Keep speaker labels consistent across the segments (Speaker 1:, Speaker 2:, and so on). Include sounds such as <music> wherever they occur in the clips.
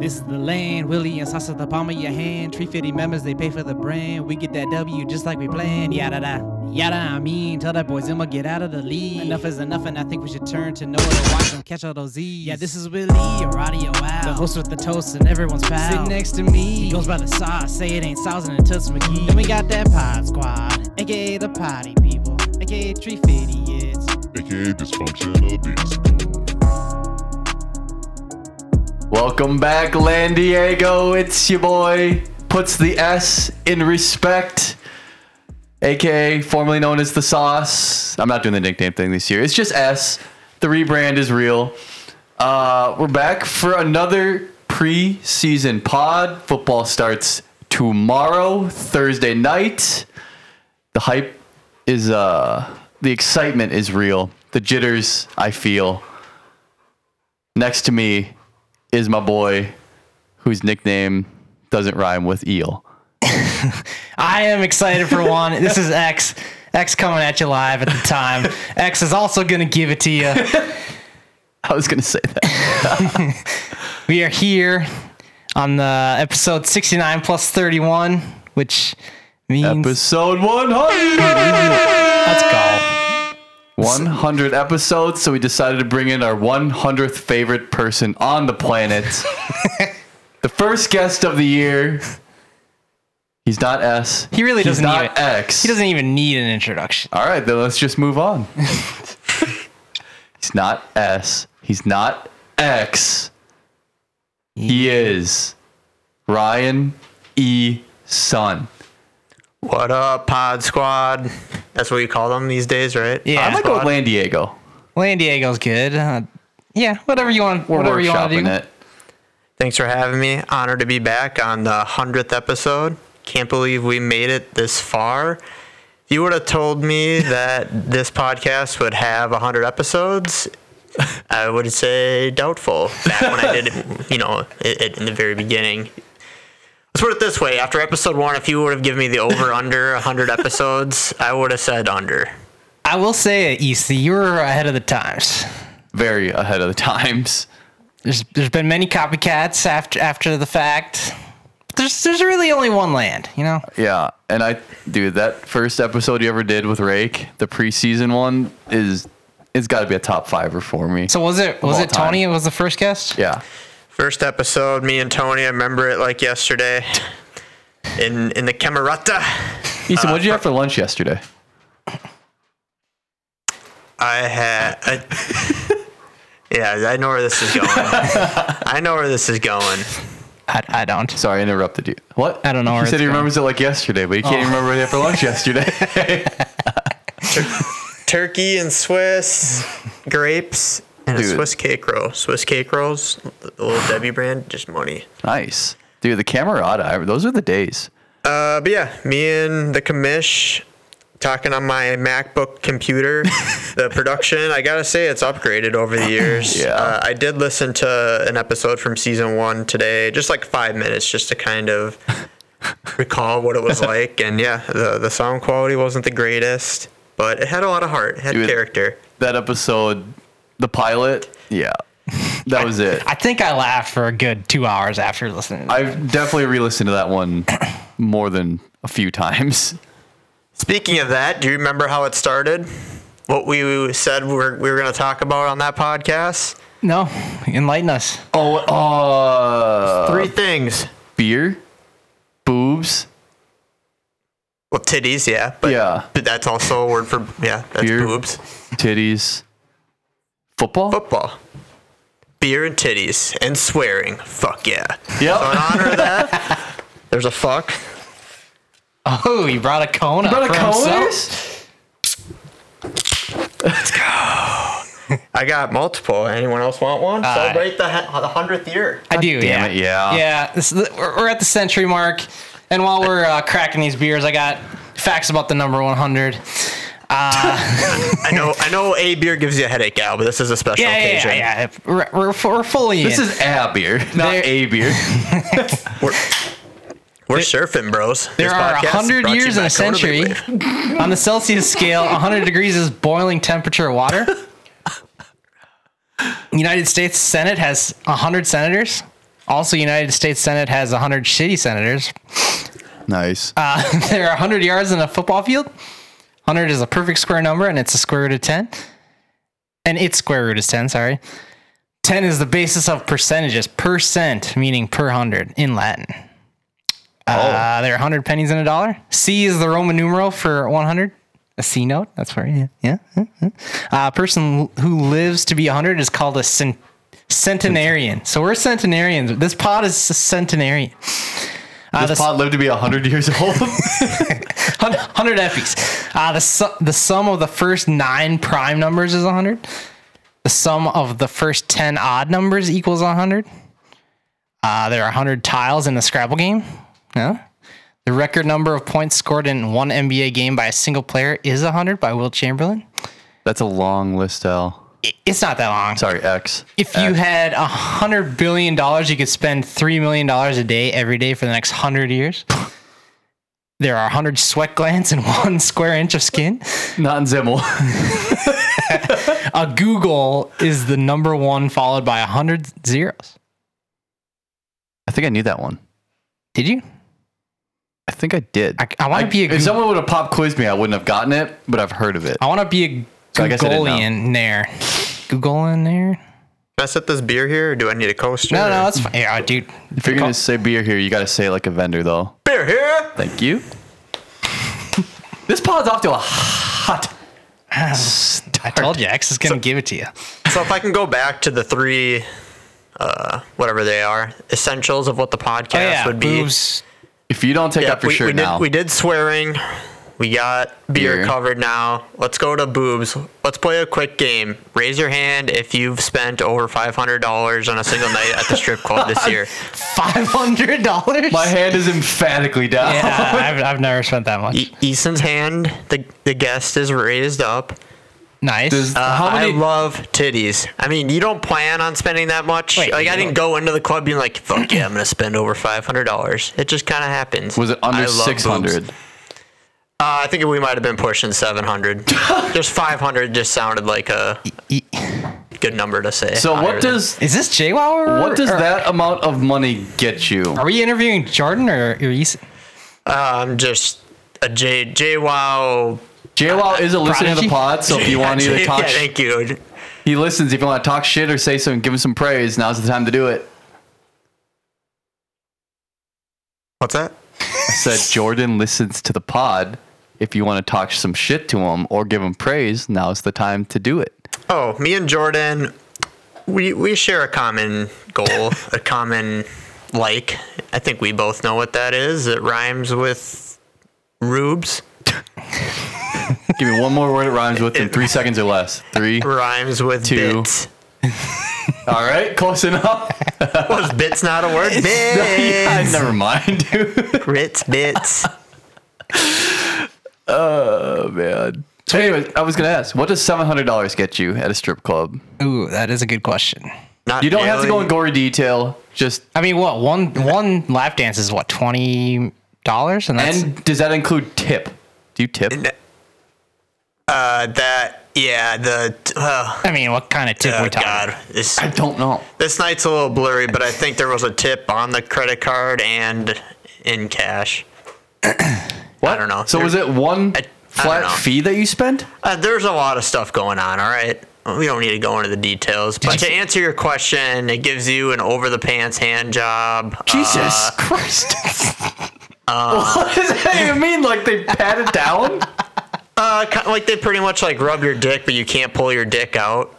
Speaker 1: This is the land. Willie and Sasa the palm of your hand. 350 members, they pay for the brand. We get that W just like we planned. Yada da. Yada, I mean, tell that boy Zuma get out of the league. Enough is enough, and I think we should turn to Noah to watch him catch all those Z's. Yeah, this is Willie, your audio wow. The host with the toast, and everyone's foul. Sit next to me. He goes by the sauce, say it ain't sauce, and it Toots McGee. Then we got that pod squad, aka the potty people, aka 350 idiots.
Speaker 2: aka dysfunctional beast.
Speaker 3: Welcome back, Lan Diego. It's your boy. Puts the S in respect, aka formerly known as the Sauce. I'm not doing the nickname thing this year. It's just S. The rebrand is real. Uh, we're back for another preseason pod. Football starts tomorrow, Thursday night. The hype is uh, the excitement is real. The jitters I feel. Next to me is my boy whose nickname doesn't rhyme with eel.
Speaker 4: I am excited for one. This is X. X coming at you live at the time. X is also going to give it to you.
Speaker 3: I was gonna say
Speaker 4: <laughs>
Speaker 3: that.
Speaker 4: We are here on the episode 69 plus 31, which means
Speaker 3: Episode 100!
Speaker 4: let's go.
Speaker 3: 100 episodes, so we decided to bring in our 100th favorite person on the
Speaker 4: <laughs>
Speaker 3: planet. the first guest of the year. He's not S.
Speaker 4: He really
Speaker 3: He's
Speaker 4: doesn't
Speaker 3: not
Speaker 4: need it.
Speaker 3: X.
Speaker 4: He doesn't even need an introduction.
Speaker 3: All right, then let's just move <laughs> on. he's not S. He's not X. He is Ryan E. Sun.
Speaker 5: What up, Pod Squad? That's what you call them these days, right?
Speaker 4: Yeah.
Speaker 3: I'm gonna go with Lan Diego.
Speaker 4: Land Diego's good. Uh, yeah, whatever you want.
Speaker 3: We're
Speaker 4: whatever you want to
Speaker 3: workshopping
Speaker 4: do.
Speaker 3: it.
Speaker 5: Thanks for having me. Honored to be back on the 100th episode. Can't believe we made it this far. If you would have told me that this podcast would have 100 episodes, I would say doubtful back when I did it, you know, it, it, in the very beginning. Let's put it this way after episode one, if you would have given me the over under 100 episodes, I would have said under.
Speaker 4: I will say, EC, you were ahead of the times.
Speaker 3: Very ahead of the <laughs> times.
Speaker 4: There's there's been many copycats after after the fact. There's there's really only one land, you know.
Speaker 3: Yeah, and I, dude, that first episode you ever did with Rake, the preseason one, is it's got to be a top fiver for me.
Speaker 4: So was it was
Speaker 3: all
Speaker 4: it Tony? It was the first guest.
Speaker 3: yeah,
Speaker 5: First episode, me and Tony, I remember it like yesterday. In in the Camerata,
Speaker 3: Ethan, what did you have for lunch yesterday?
Speaker 5: I had. I, <laughs> yeah, I know where this is going. I know where this is going.
Speaker 4: I, I don't.
Speaker 3: Sorry, I interrupted you. What?
Speaker 4: I don't know where
Speaker 3: He said
Speaker 4: it's
Speaker 3: he
Speaker 4: going.
Speaker 3: remembers it like yesterday, but he can't even remember what he had for <laughs> lunch yesterday.
Speaker 5: Turkey and Swiss grapes and
Speaker 3: Dude.
Speaker 5: a Swiss cake roll. Swiss cake rolls, the little Debbie brand, just money.
Speaker 3: nice, dude. The Camerata, I- those are the days.
Speaker 5: Uh, but yeah, me and the commish talking on my MacBook computer.
Speaker 3: <laughs>
Speaker 5: the production, I gotta say, it's upgraded over the years.
Speaker 3: Yeah.
Speaker 5: Uh, I did listen to an episode from season one today, just like five minutes, just to
Speaker 3: <laughs>
Speaker 5: kind of recall what it was like. And yeah, the the sound quality wasn't the greatest, but it had a lot of heart, it had
Speaker 3: Dude.
Speaker 5: character.
Speaker 3: That episode, the pilot. <laughs> Yeah, that was it.
Speaker 4: I think I laughed for a good two hours after listening. I,
Speaker 3: I've definitely re-listened to that one <clears throat> more than a few times.
Speaker 5: Speaking of that, do you remember how it started? What we said we were, we were going to talk about on that podcast?
Speaker 4: no, enlighten us.
Speaker 3: <laughs> Oh, uh,
Speaker 5: Three things.
Speaker 3: beer, boobs,
Speaker 5: Well, titties, yeah, but
Speaker 3: Yeah.
Speaker 5: but that's also a word for yeah, that's
Speaker 3: Beer.
Speaker 5: boobs.
Speaker 3: titties, football.
Speaker 5: Football, beer and titties and swearing. Fuck yeah.
Speaker 3: Yep. <laughs>
Speaker 5: So in honor of that, <laughs> there's a fuck.
Speaker 4: Oh, you brought a cone. up for himself?
Speaker 5: I got multiple. Anyone else want one?
Speaker 4: Uh,
Speaker 5: Celebrate the he- the hundredth year.
Speaker 4: I do.
Speaker 3: damn
Speaker 4: yeah.
Speaker 3: it, yeah.
Speaker 4: Yeah. This is the- we're, we're at the century mark, and while we're uh, cracking these beers, I got facts about the number 100.
Speaker 5: I know. I know. A beer gives you a headache, Al, but this is a special
Speaker 4: Yeah, yeah,
Speaker 5: occasion.
Speaker 4: yeah, yeah. We're, we're, we're fully in.
Speaker 3: This is a beer, not
Speaker 4: There-
Speaker 3: a beer. <laughs>
Speaker 5: We're, we're surfing, bros.
Speaker 4: There
Speaker 5: This
Speaker 4: are
Speaker 5: podcast is
Speaker 4: 100
Speaker 5: brought to you
Speaker 4: years
Speaker 5: by
Speaker 4: in a
Speaker 5: Corona
Speaker 4: century.
Speaker 5: Big Wave.
Speaker 4: On the Celsius scale, 100 degrees is boiling temperature of water. United States Senate has 100 senators. Also, United States Senate has 100 shitty senators.
Speaker 3: Nice.
Speaker 4: <laughs> Uh, there are 100 yards in a football field. 100 is a perfect square number, and it's a square root of 10. And its square root is 10, sorry. 10 is the basis of percentages, percent meaning per hundred in Latin. Uh, there are 100 pennies in a dollar. C is the Roman numeral for 100. A C note. That's where, yeah. yeah. yeah, yeah. Uh, a person who lives to be 100 is called a cent- centenarian. So we're centenarians. This pod is a centenarian. Uh,
Speaker 3: this
Speaker 4: the-
Speaker 3: pot lived to be 100 years old. <laughs>
Speaker 4: 100 epies. Uh, the, su- the sum of the first nine prime numbers is 100. The sum of the first 10 odd numbers equals 100. Uh, there are 100 tiles in the Scrabble game. Yeah. The record number of points scored in one NBA game by a single player is 100 by Will Chamberlain.
Speaker 3: That's a long list, L.
Speaker 4: I- It's not that long.
Speaker 3: Sorry, X.
Speaker 4: If you had a hundred billion dollars, you could spend three million dollars a day every day for the next hundred years. <laughs> There are hundred sweat glands in <laughs> one square inch of skin.
Speaker 3: Not in <laughs> Zimmel.
Speaker 4: A Google is the number one, followed by a hundred zeros.
Speaker 3: I think I knew that one.
Speaker 4: Did you?
Speaker 3: I think I did.
Speaker 4: I, I want to be a
Speaker 3: if
Speaker 4: Google.
Speaker 3: someone would have pop quizzed me, I wouldn't have gotten it, but I've heard of it.
Speaker 4: I want to be a
Speaker 3: So I guess I didn't know.
Speaker 4: Googleian there. Googleian there?
Speaker 5: I set this beer here, or do I need a coaster?
Speaker 4: No, no, that's fine. Yeah, dude.
Speaker 3: If you're gonna say beer here, you gotta say it like a vendor, though.
Speaker 5: beer here.
Speaker 3: Thank you. <laughs> this pod's off to a hot.
Speaker 4: I told you, X is gonna give it to you.
Speaker 5: So if I can go back to the three, uh, whatever they are, essentials of what the podcast
Speaker 4: Oh, yeah,
Speaker 5: would be.
Speaker 4: boobs.
Speaker 3: If you don't take
Speaker 5: Yeah,
Speaker 3: off your
Speaker 5: we,
Speaker 3: shirt
Speaker 5: we
Speaker 3: now,
Speaker 5: did we did swearing. We got beer,
Speaker 3: Beer.
Speaker 5: covered now. Let's go to boobs. Let's play a quick game. Raise your hand if you've spent over five hundred dollars on a single night at the strip club this year.
Speaker 4: Five hundred dollars.
Speaker 3: my hand is emphatically down.
Speaker 4: Yeah, I've, I've never spent that much.
Speaker 5: E- Eason's hand, the the guest is raised up.
Speaker 4: Nice.
Speaker 3: Does-
Speaker 5: Uh,
Speaker 3: how many?
Speaker 5: I love titties. I mean, you don't plan on spending that much.
Speaker 4: Wait,
Speaker 5: like I
Speaker 4: you
Speaker 5: didn't go into the club being like, "Fuck yeah, I'm gonna spend over five hundred dollars." It just kind of
Speaker 3: <laughs>
Speaker 5: happens.
Speaker 3: was it
Speaker 5: I
Speaker 3: under
Speaker 5: love boobs.
Speaker 3: six hundred?
Speaker 5: Uh, I think we might have been pushing
Speaker 3: <laughs>
Speaker 5: 700. just 500 just sounded like a
Speaker 4: E-
Speaker 3: <sighs>
Speaker 5: good number to say.
Speaker 3: So
Speaker 5: Higher
Speaker 3: what
Speaker 5: than-
Speaker 3: does
Speaker 4: Is this Jay while we're-
Speaker 3: what does
Speaker 4: or-
Speaker 3: that amount of money get you?
Speaker 4: Are we interviewing Jordan or Eason?
Speaker 5: um just a J J Wow?
Speaker 3: JWoww is a listener to the
Speaker 4: Prodigy?
Speaker 3: pod, so if you
Speaker 5: <laughs>
Speaker 3: want to
Speaker 5: Yeah,
Speaker 3: talk, sh-
Speaker 5: thank you.
Speaker 3: he listens. If you want to talk shit or say something, give him some praise. Now's the time to do it.
Speaker 5: What's that?
Speaker 3: I
Speaker 5: <laughs>
Speaker 3: said Jordan listens to the pod. If you want to talk some shit to him or give him praise, now's the time to do it.
Speaker 5: Oh, me and Jordan, we we share a common goal, a common like. I think we both know what that is. It rhymes with rubes.
Speaker 3: Give me one more word it rhymes with in three seconds or less.
Speaker 5: <laughs>
Speaker 3: Three.
Speaker 5: Rhymes with
Speaker 3: Two.
Speaker 5: bits.
Speaker 3: All right, close enough. <laughs>
Speaker 5: Was bits not a word?
Speaker 3: Yeah,
Speaker 5: Bits.
Speaker 3: never mind, <laughs> dude.
Speaker 5: Grits, bits.
Speaker 3: Oh man. So, anyways, I was gonna ask, what does seven hundred dollars get you at a strip club?
Speaker 4: Ooh, that is a good question.
Speaker 5: Not
Speaker 3: You don't have to go
Speaker 5: really.
Speaker 3: in gory detail. Just
Speaker 4: I mean, what one one lap dance is what twenty dollars, and that's
Speaker 3: and does that include tip? Do you tip?
Speaker 5: Uh, that yeah, the uh,
Speaker 4: I mean, what kind of tip
Speaker 5: oh
Speaker 4: we talking?
Speaker 5: god,
Speaker 4: about?
Speaker 5: this
Speaker 3: I don't know.
Speaker 5: this night's a little blurry, but I think there was a tip on the credit card and in cash.
Speaker 3: What?
Speaker 5: don't know.
Speaker 3: So
Speaker 5: There-
Speaker 3: was it one
Speaker 5: I- I don't
Speaker 3: flat
Speaker 5: know.
Speaker 3: fee that you spent?
Speaker 5: Uh, there's a lot of stuff going on. All right, we don't need to go into the details, but to answer your question, it gives you an over the pants hand job. uh,
Speaker 3: Jesus <laughs> Christ. <laughs> what does that even mean? Like they pat it down?
Speaker 5: Uh, kind like they pretty much like rub your dick, but you can't pull your dick out.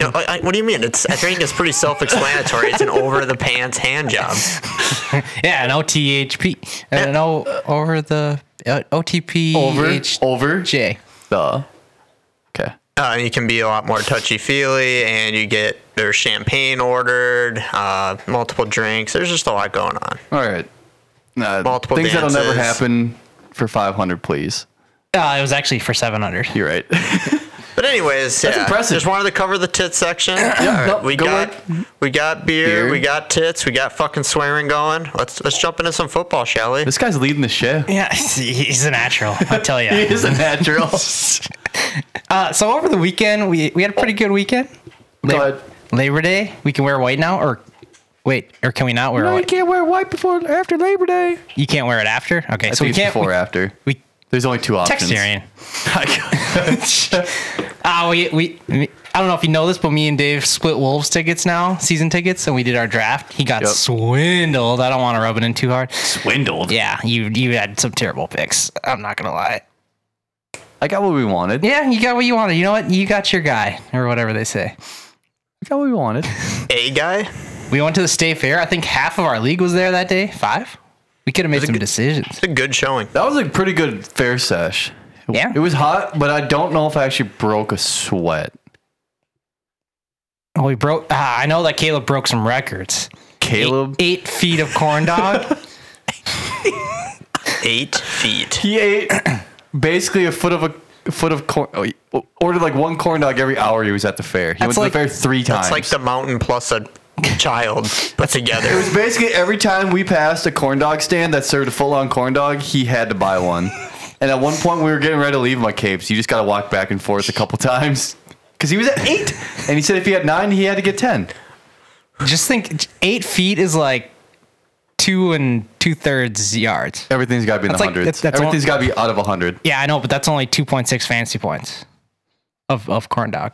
Speaker 5: No, I- I- what do you mean? It's I think it's pretty self-explanatory. It's an over the pants hand job.
Speaker 4: Yeah, an OTHP, and an O Uh, over the uh, OTP
Speaker 3: Over. Over.
Speaker 4: J.
Speaker 3: Duh. Okay.
Speaker 5: Uh, you can be a lot more touchy feely, and you get there's champagne ordered, uh, multiple drinks. There's just a lot going on.
Speaker 3: All right. Uh,
Speaker 5: Multiple
Speaker 3: things that'll never
Speaker 5: dances.
Speaker 3: happen for 500, please.
Speaker 4: Uh, it was actually for seven hundred.
Speaker 3: You're right. <laughs>
Speaker 5: But anyways, yeah,
Speaker 3: impressive.
Speaker 5: Just wanted to cover the tit section. All
Speaker 3: nope,
Speaker 5: we
Speaker 3: go
Speaker 5: got we got beer,
Speaker 3: Beer.
Speaker 5: we got tits, we got fucking swearing going. Let's let's jump into some football, shall we?
Speaker 3: this guy's leading the show.
Speaker 4: Yeah, <laughs> he's a natural. I tell <laughs>
Speaker 3: He
Speaker 4: you.
Speaker 3: is a <laughs> natural.
Speaker 4: Uh, so over the weekend, we we had a pretty good weekend.
Speaker 3: Go ahead.
Speaker 4: Labor Day, we can wear white now, or Wait, or can we not wear white?
Speaker 3: can't wear white before after Labor Day.
Speaker 4: You can't wear it after. Okay, so we can't.
Speaker 3: before or
Speaker 4: we,
Speaker 3: after.
Speaker 4: we
Speaker 3: There's only two options.
Speaker 4: text Arian.
Speaker 3: <laughs>
Speaker 4: <laughs> Ah, we, we we I don't know if you know this, but me and Dave split Wolves tickets now, season tickets, and we did our draft. He got
Speaker 3: Yep.
Speaker 4: swindled. I don't want to rub it in too hard.
Speaker 3: Swindled.
Speaker 4: Yeah, you you had some terrible picks. I'm not gonna lie.
Speaker 3: I got what we wanted.
Speaker 4: Yeah, you got what you wanted. You know what? You got your guy, or whatever they say.
Speaker 3: I got what we wanted.
Speaker 5: A guy?
Speaker 4: We went to the state fair. I think half of our league was there that day. Five. We could have made some decisions.
Speaker 5: It's a good showing.
Speaker 3: That was a pretty good fair sesh.
Speaker 4: Yeah.
Speaker 3: It was hot, but I don't know if I actually broke a sweat.
Speaker 4: Oh, we broke. Ah, I know that Caleb broke some records.
Speaker 3: Caleb,
Speaker 4: Eight, eight feet of corn dog.
Speaker 5: Eight feet.
Speaker 3: he ate <clears throat> basically a foot of a, a foot of corn. Oh, he ordered like one corn dog every hour he was at the fair. He went
Speaker 4: like-
Speaker 3: to the fair three times.
Speaker 5: It's like the mountain plus a child put
Speaker 3: it
Speaker 5: together.
Speaker 3: <laughs> was basically every time we passed a corn dog stand that served a full on corn dog, he had to buy <laughs> one. And at one point, we were getting ready to leave my capes. You just got to walk back and forth a couple times because he was at eight, and he said if he had nine, he had to get ten.
Speaker 4: Just think, eight feet is like two and two thirds yards.
Speaker 3: Everything's got to be in the
Speaker 4: That's like-
Speaker 3: hundreds.
Speaker 4: that's- that's
Speaker 3: Everything's got to be out of a hundred.
Speaker 4: Yeah, I know, but that's only 2.6 fancy points of of corn dog.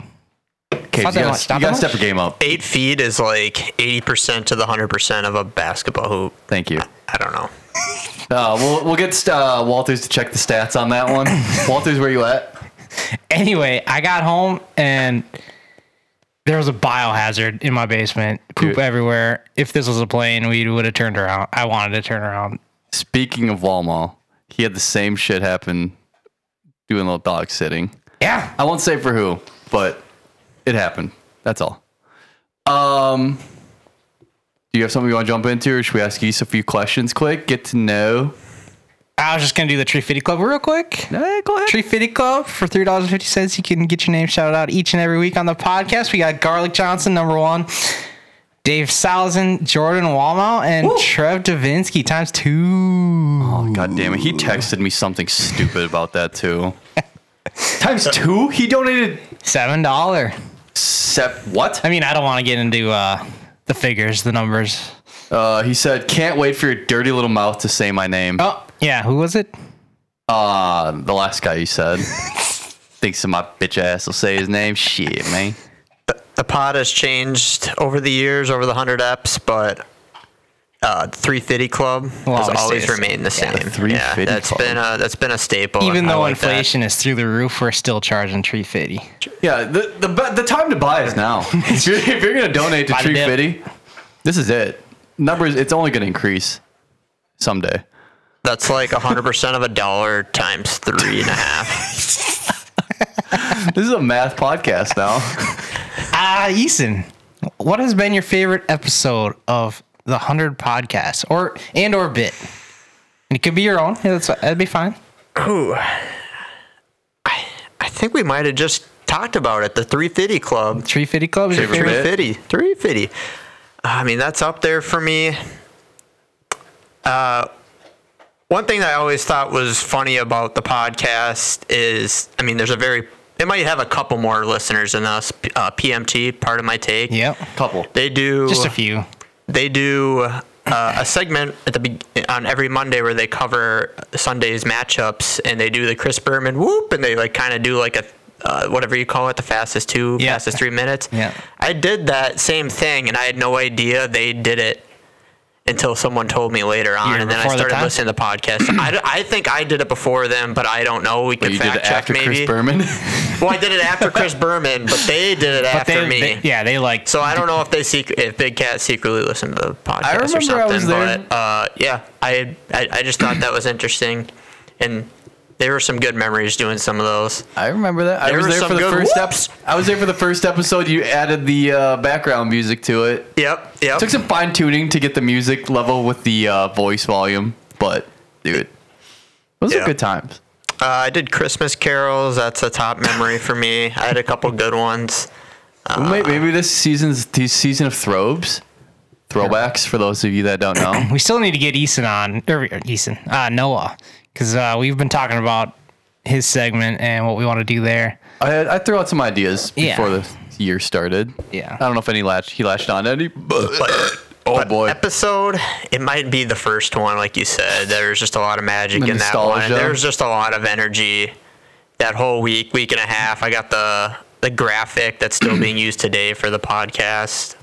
Speaker 3: Capes,
Speaker 4: not
Speaker 3: you
Speaker 4: that
Speaker 3: got
Speaker 4: much, not
Speaker 3: to
Speaker 4: that
Speaker 3: step
Speaker 4: much.
Speaker 3: your game up.
Speaker 5: Eight feet is like 80% to the 100% of a basketball hoop.
Speaker 3: Thank you.
Speaker 5: I don't know.
Speaker 3: Uh, we'll we'll get uh, Walters to check the stats on that <coughs> one. Walters, where you at?
Speaker 4: Anyway, I got home and there was a biohazard in my basement. Poop
Speaker 3: Dude.
Speaker 4: everywhere. If this was a plane, we would have turned around. I wanted to turn around.
Speaker 3: Speaking of Walmart, he had the same shit happen doing a little dog sitting.
Speaker 4: Yeah.
Speaker 3: I won't say for who, but it happened. That's all. Um, do you have something you want to jump into, or should we ask you a few questions quick? Get to know.
Speaker 4: I was just going to do the Tree Fitty Club real quick.
Speaker 3: Eh, go ahead.
Speaker 4: Tree Fitty Club for three dollars and fifty cents. You can get your name shouted out each and every week on the podcast. We got Garlic Johnson, number one, Dave Salzin, Jordan Walmau, and Trev Davinsky times two.
Speaker 3: Oh, God damn it. He texted me something stupid about that, <laughs> too. Times two? He donated.
Speaker 4: Seven dollar.
Speaker 3: Sep- what?
Speaker 4: I mean, I don't want to get into uh, the figures, the numbers.
Speaker 3: Uh, he said, Can't wait for your dirty little mouth to say my name.
Speaker 4: Oh yeah, who was it?
Speaker 3: Uh, the last guy you <laughs> said. Thinks my bitch ass will say his name. Shit, man.
Speaker 5: The pod has changed over the years, over the 100 eps, but uh, 350 Club has
Speaker 4: always
Speaker 5: always,
Speaker 4: stay the same.
Speaker 5: remained the same.
Speaker 3: the 350
Speaker 5: that's
Speaker 3: Club.
Speaker 5: been a that's been a staple.
Speaker 4: Even
Speaker 5: and I
Speaker 4: though
Speaker 5: like that.
Speaker 4: inflation is through the roof, we're still charging three fifty.
Speaker 3: Yeah, the the be- the time to buy is now. <laughs> if, you're, if you're gonna donate to
Speaker 4: Buy the
Speaker 3: Tree
Speaker 4: dip.
Speaker 3: Fitty, this is it. Numbers, it's only gonna increase someday.
Speaker 5: that's like 100% of a dollar times three and
Speaker 4: <laughs>
Speaker 5: a half.
Speaker 3: This is a math podcast <laughs> now.
Speaker 4: Ah, Eason, what has been your favorite episode of the Hundred Podcast, or and or bit? And it could be your own. Yeah, that's, that'd be fine.
Speaker 5: I think we might have just talked about it. The 350 Club.
Speaker 4: Tree Fitty Club is your
Speaker 3: Favorite
Speaker 4: favorite.
Speaker 3: bit?
Speaker 5: 350. 350. Uh, I mean, that's up there for me. Uh, one thing that I always thought was funny about the podcast is, I mean, there's a very, it might have a couple more listeners than us. Uh, PMT, part of my take.
Speaker 4: Yep.
Speaker 3: Couple.
Speaker 5: They do
Speaker 4: Just a few.
Speaker 5: they do uh, a segment at the be- on every Monday where they cover Sunday's matchups, and they do the Chris Berman whoop, and they like kind of do like a uh, whatever you call it, the fastest two,
Speaker 4: Yeah.
Speaker 5: fastest three minutes.
Speaker 4: Yeah.
Speaker 5: I did that same thing, and I had no idea they did it until someone told me later on,
Speaker 4: Year
Speaker 5: and then I
Speaker 4: before the
Speaker 5: started
Speaker 4: time?
Speaker 5: listening to the podcast. I, d- I think I did it before them, but I don't know. We
Speaker 3: But
Speaker 5: can
Speaker 3: you
Speaker 5: fact
Speaker 3: did it
Speaker 5: check
Speaker 3: after
Speaker 5: maybe.
Speaker 3: Chris Berman.
Speaker 5: Well, I did it
Speaker 4: <laughs>
Speaker 5: after Chris Berman, but they did it
Speaker 4: But
Speaker 5: after
Speaker 4: they,
Speaker 5: me.
Speaker 4: they- yeah, they like.
Speaker 5: So I don't know if they sec- if Big Cat secretly listened to the podcast
Speaker 3: I
Speaker 5: or
Speaker 3: remember
Speaker 5: something.
Speaker 3: I was there.
Speaker 5: But uh, yeah, I, I I just thought that was interesting, and there were some good memories doing some of those.
Speaker 3: I remember that. <laughs> I
Speaker 5: There
Speaker 3: was
Speaker 5: were
Speaker 3: there
Speaker 5: some
Speaker 3: for the
Speaker 5: good
Speaker 3: first
Speaker 5: whoops.
Speaker 3: episode. I was there for the first episode. You added the uh, background music to it.
Speaker 5: Yep, yep.
Speaker 3: Took some fine tuning to get the music level with the uh, voice volume, but dude, those
Speaker 5: Yeah.
Speaker 3: are good times.
Speaker 5: Uh, I did Christmas carols. That's a top memory for me. I had a couple good ones.
Speaker 3: Wait, maybe this season's the season of throbes, throwbacks for those of you that don't
Speaker 4: <coughs>
Speaker 3: know.
Speaker 4: We still need to get Eason on, or Eason, uh, Noah, because uh, we've been talking about his segment and what we want to do there.
Speaker 3: I, I threw out some ideas
Speaker 4: Yeah.
Speaker 3: before the year started.
Speaker 4: Yeah.
Speaker 3: I don't know if any latch he latched on to any, but Oh,
Speaker 5: But
Speaker 3: boy.
Speaker 5: Episode, it might be the first one, like you said. There's just a lot of magic
Speaker 3: The
Speaker 5: in that one.
Speaker 3: nostalgia.
Speaker 5: There's just a lot of energy. That whole week, week and a half, I got the the graphic that's still being used today for the podcast.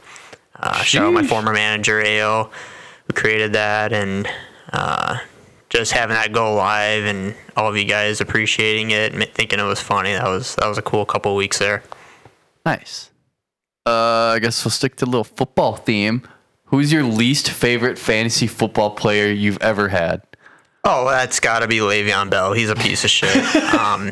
Speaker 5: Uh, shout out my former manager AO, who created that, and uh, just having that go live, and all of you guys appreciating it, and thinking it was funny. That was that was a cool couple weeks there.
Speaker 3: Nice. Uh, I guess we'll stick to the little football theme. Who's your least favorite fantasy football player you've ever had?
Speaker 5: Oh, that's got to be Le'Veon Bell. He's a piece
Speaker 3: <laughs>
Speaker 5: of shit. um,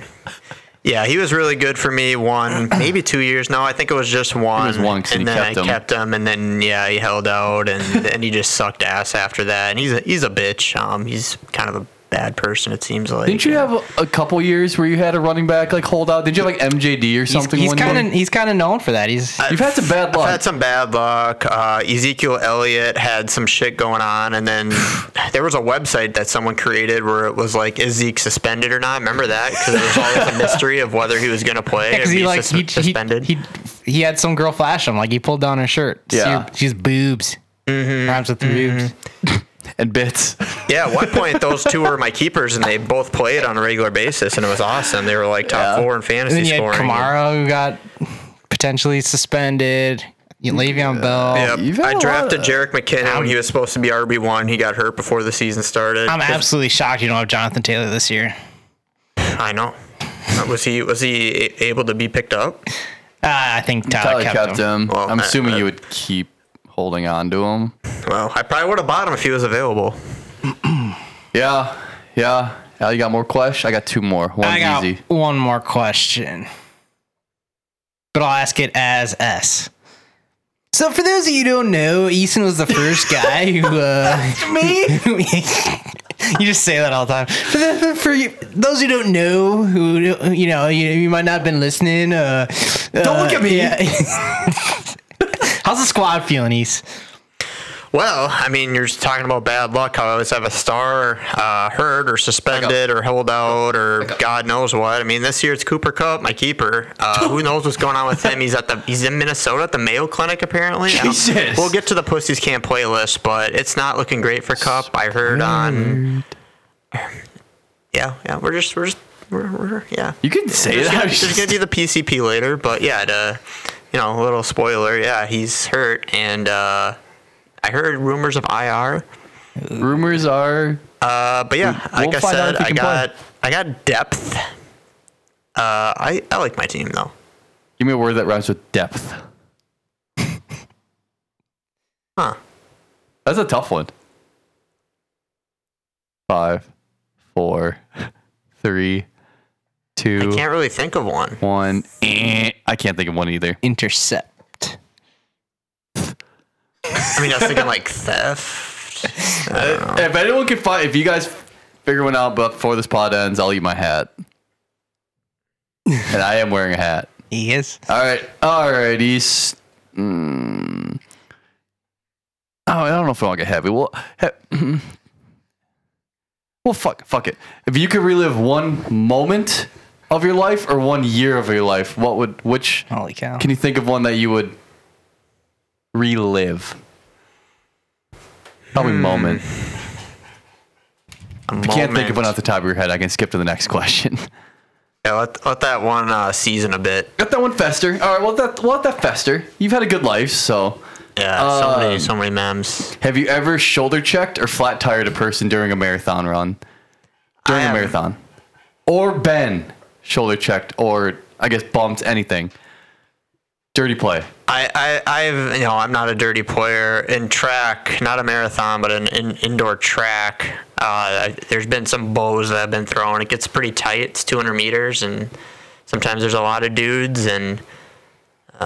Speaker 5: yeah, he was really good for me one, maybe two years. No, I think it was just one.
Speaker 3: was one 'cause
Speaker 5: and
Speaker 3: you
Speaker 5: then
Speaker 3: kept
Speaker 5: I
Speaker 3: him.
Speaker 5: kept him, and then yeah, he held out,
Speaker 3: <laughs>
Speaker 5: and and he just sucked ass after that. And he's a, he's a bitch. Um, he's kind of a bad person. It seems like.
Speaker 3: Didn't you have a, a couple years where you had a running back like holdout? Did you have like MJD or something?
Speaker 4: he's
Speaker 3: one
Speaker 4: kind
Speaker 3: year?
Speaker 4: of he's kind of known for that. He's
Speaker 3: You've had some bad
Speaker 5: I've
Speaker 3: luck.
Speaker 5: had some bad luck. Uh, Ezekiel Elliott had some shit going on,
Speaker 4: <sighs>
Speaker 5: and then there was a website that someone created where it was like, "Is Zeke suspended or not?" Remember that? Because there was always a mystery of whether he was going to
Speaker 4: <laughs>
Speaker 5: play
Speaker 4: because
Speaker 5: or
Speaker 4: he
Speaker 5: be
Speaker 4: like
Speaker 5: E sus-
Speaker 4: he, he,
Speaker 5: suspended.
Speaker 4: he he had some girl flash him like he pulled down her shirt. See
Speaker 3: Yeah.
Speaker 4: her- she's boobs.
Speaker 5: Mm-hmm.
Speaker 4: Rhymes with boobs.
Speaker 3: and <laughs> bits.
Speaker 5: yeah, at one point those two were my keepers, and they both played on a regular basis, and it was awesome. They were like top
Speaker 3: Yeah.
Speaker 5: four in fantasy
Speaker 4: And then you had
Speaker 5: scoring.
Speaker 4: Kamara who got potentially suspended. You had Le'Veon Bell.
Speaker 3: You've had
Speaker 5: Yep.
Speaker 3: a
Speaker 5: I
Speaker 3: lot
Speaker 5: drafted
Speaker 3: of-
Speaker 5: Jarek McKinnon when he was supposed to be RB one. He got hurt before the season started.
Speaker 4: I'm
Speaker 5: 'Cause-
Speaker 4: absolutely shocked you don't have Jonathan Taylor this year. <laughs>
Speaker 5: I know. Was he was he a- able to be picked up?
Speaker 4: Uh, I think
Speaker 3: Tyler
Speaker 4: Tyler, kept,
Speaker 3: kept
Speaker 4: him.
Speaker 3: him.
Speaker 5: Well,
Speaker 3: I'm
Speaker 5: I-
Speaker 3: assuming
Speaker 5: I-
Speaker 3: you would keep holding on to him.
Speaker 5: Well, I probably would have bought him if he was available.
Speaker 3: Yeah, yeah. Al, you got more questions? I got two more. One's
Speaker 4: I got
Speaker 3: easy.
Speaker 4: one more question, but I'll ask it as S. So, for those of you who don't know, Eason was the first
Speaker 3: <laughs>
Speaker 4: guy who. Uh, me? <laughs> you just say that all the time. For, the, for you, those who don't know, who you know, you, you might not have been listening. Uh, don't
Speaker 3: look at me.
Speaker 4: <laughs> How's the squad feeling, East?
Speaker 5: Well, I mean, you're just talking about bad luck. How I always have a star uh, hurt or suspended or held out or God knows what. I mean, this year it's Cooper Cup, my keeper. Uh, who knows what's going on with him? He's at the he's in Minnesota at the Mayo Clinic apparently. Um,
Speaker 3: Jesus.
Speaker 5: We'll get to the Pussies Can't playlist, but it's not looking great for Cup. I heard on. Yeah, yeah, we're just we're just we're, we're yeah.
Speaker 3: You can say
Speaker 5: There's
Speaker 3: that. <laughs>
Speaker 5: gonna, there's gonna be the PCP later, but yeah, to, you know, a little spoiler. Yeah, he's hurt, and uh, I heard rumors of IR.
Speaker 3: <laughs> Rumors are
Speaker 5: Uh, but yeah,
Speaker 3: We'll
Speaker 5: like I
Speaker 3: find out
Speaker 5: said,
Speaker 3: if he
Speaker 5: I
Speaker 3: can play.
Speaker 5: got I got depth. Uh, I I like my team though.
Speaker 3: Give me a word that rhymes with depth.
Speaker 5: Huh.
Speaker 3: That's a tough one. Five, four, <laughs> three,
Speaker 5: I
Speaker 3: two,
Speaker 5: can't really think of one.
Speaker 3: one. Eh, I can't think of one either.
Speaker 4: Intercept.
Speaker 5: I mean, I was thinking like <laughs> theft.
Speaker 3: Uh, If anyone can find, if you guys figure one out before this pod ends, I'll eat my hat. and I am wearing a hat.
Speaker 4: He is.
Speaker 3: All right, all right, East. Mm. Oh, I don't know if I want to get heavy. Well, he- <clears throat> well, fuck, fuck it. If you could relive one moment of your life or one year of your life, what would which?
Speaker 4: Holy cow.
Speaker 3: Can you think of one that you would relive? Probably moment.
Speaker 5: A
Speaker 3: If you can't think of
Speaker 5: moment.
Speaker 3: one off the top of your head, I can skip to the next <laughs> question.
Speaker 5: Yeah, let, let that one uh, season a bit.
Speaker 3: Let that one fester. All right, well, that we'll let that fester. You've had a good life, so.
Speaker 5: Yeah, so many
Speaker 3: Um,
Speaker 5: so many memes.
Speaker 3: Have you ever shoulder checked or flat tired a person during a marathon run? During a
Speaker 5: haven't.
Speaker 3: marathon. Or been shoulder checked or I guess bumped anything. Dirty play.
Speaker 5: I, I, I've, you know, I'm not a dirty player in track, not a marathon, but an in, indoor track. Uh, I- there's been some bows that I've been throwing. It gets pretty tight. It's 200 meters, and sometimes there's a lot of dudes. And
Speaker 3: You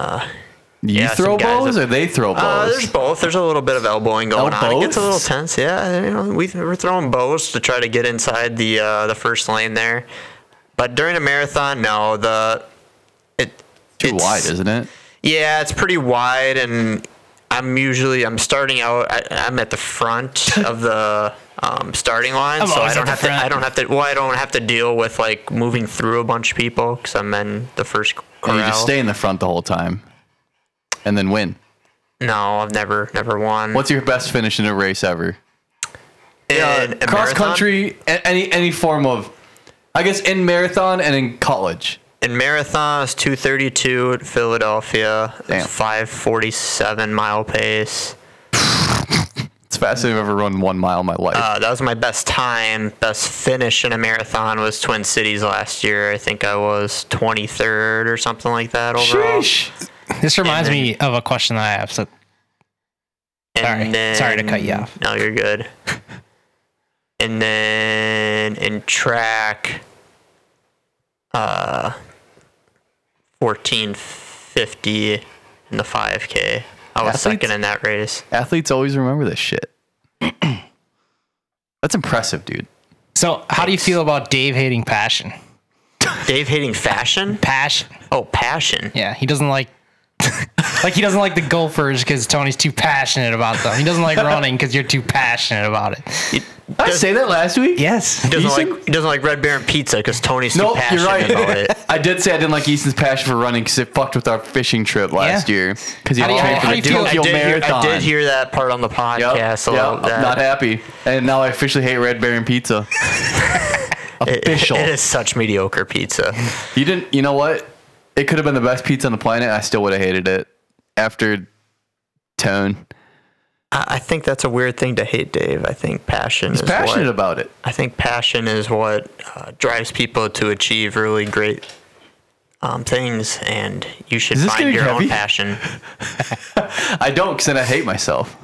Speaker 5: Yeah,
Speaker 3: throw
Speaker 5: some guys
Speaker 3: balls
Speaker 5: have-
Speaker 3: or they throw
Speaker 5: uh,
Speaker 3: balls?
Speaker 5: there's both. There's a little bit of elbowing going
Speaker 3: Oh,
Speaker 5: on. It gets a
Speaker 3: both?
Speaker 5: little tense. Yeah, you know, we, we're throwing bows to try to get inside the uh, the first lane there. But during a marathon, no, the it
Speaker 3: Too
Speaker 5: it's-
Speaker 3: wide, isn't it?
Speaker 5: Yeah, it's pretty wide, and I'm usually I'm starting out. I, I'm at the front of the um, starting line,
Speaker 4: I'm
Speaker 5: so I
Speaker 4: always at
Speaker 5: don't
Speaker 4: the
Speaker 5: have to. I
Speaker 4: front.
Speaker 5: don't have to. Well, I don't have to deal with like moving through a bunch of people because I'm in the first
Speaker 3: And
Speaker 5: corral.
Speaker 3: you just stay in the front the whole time. And then win.
Speaker 5: No, I've never, never won.
Speaker 3: What's your best finish in a race ever?
Speaker 5: in
Speaker 3: Uh,
Speaker 5: a
Speaker 3: cross
Speaker 5: marathon?
Speaker 3: country, a- any any form of, I guess in marathon and in college.
Speaker 5: In marathon, it's 232 at Philadelphia.
Speaker 3: Damn.
Speaker 5: It's 547 mile pace.
Speaker 3: It's fastest I've ever run one mile in my life.
Speaker 5: Uh, that was my best time. Best finish in a marathon was Twin Cities last year. I think I was 23rd or something like that overall.
Speaker 3: Sheesh.
Speaker 4: This reminds
Speaker 5: then-
Speaker 4: me of a question that I have. So
Speaker 5: And
Speaker 4: Sorry. Sorry to cut you off.
Speaker 5: No, you're
Speaker 4: <laughs>
Speaker 5: good. and then in track, uh, 1450 in the 5K. I was
Speaker 3: Athletes-
Speaker 5: second in that race.
Speaker 3: Athletes always remember this shit. <clears throat> That's impressive, dude.
Speaker 4: So, how do you feel about Dave hating passion?
Speaker 5: Dave hating fashion?
Speaker 4: Passion.
Speaker 5: Oh, passion.
Speaker 4: Yeah, he doesn't like <laughs> like he doesn't like the gophers because Tony's too passionate about them. He doesn't like running because you're too passionate about it.
Speaker 3: Did I say that last week?
Speaker 4: Yes.
Speaker 5: Doesn't
Speaker 3: Eason?
Speaker 5: like doesn't like Red Baron pizza because Tony's
Speaker 3: Nope,
Speaker 5: too
Speaker 3: you're
Speaker 5: passionate
Speaker 3: right.
Speaker 4: <laughs>
Speaker 5: about it.
Speaker 3: <laughs> I did say I didn't like Easton's passion for running because it fucked with our fishing trip last
Speaker 4: Yeah.
Speaker 3: year. Because he
Speaker 4: How do you-
Speaker 3: trained
Speaker 4: how
Speaker 3: for
Speaker 4: do
Speaker 3: the
Speaker 4: you feel- I
Speaker 5: I
Speaker 3: Tokyo
Speaker 5: did, hear, I
Speaker 3: Marathon.
Speaker 5: did hear that part on the podcast.
Speaker 3: Yep,
Speaker 5: so
Speaker 3: yep, I'm
Speaker 5: that,
Speaker 3: not happy. And now I officially hate Red Baron Pizza.
Speaker 5: it-
Speaker 3: Official.
Speaker 5: it is such
Speaker 3: <laughs>
Speaker 5: mediocre pizza.
Speaker 3: You didn't. You know what? It could have been the best pizza on the planet. I still would have hated it. After tone,
Speaker 5: I, I think that's a weird thing to hate, Dave. I think passion is
Speaker 3: passionate
Speaker 5: what,
Speaker 3: about it.
Speaker 5: I think passion is what uh, drives people to achieve really great um, things, and you should
Speaker 3: Is this
Speaker 5: find
Speaker 3: getting
Speaker 5: your
Speaker 3: heavy?
Speaker 5: own
Speaker 3: <laughs>
Speaker 5: passion.
Speaker 3: I don't, because then I hate myself.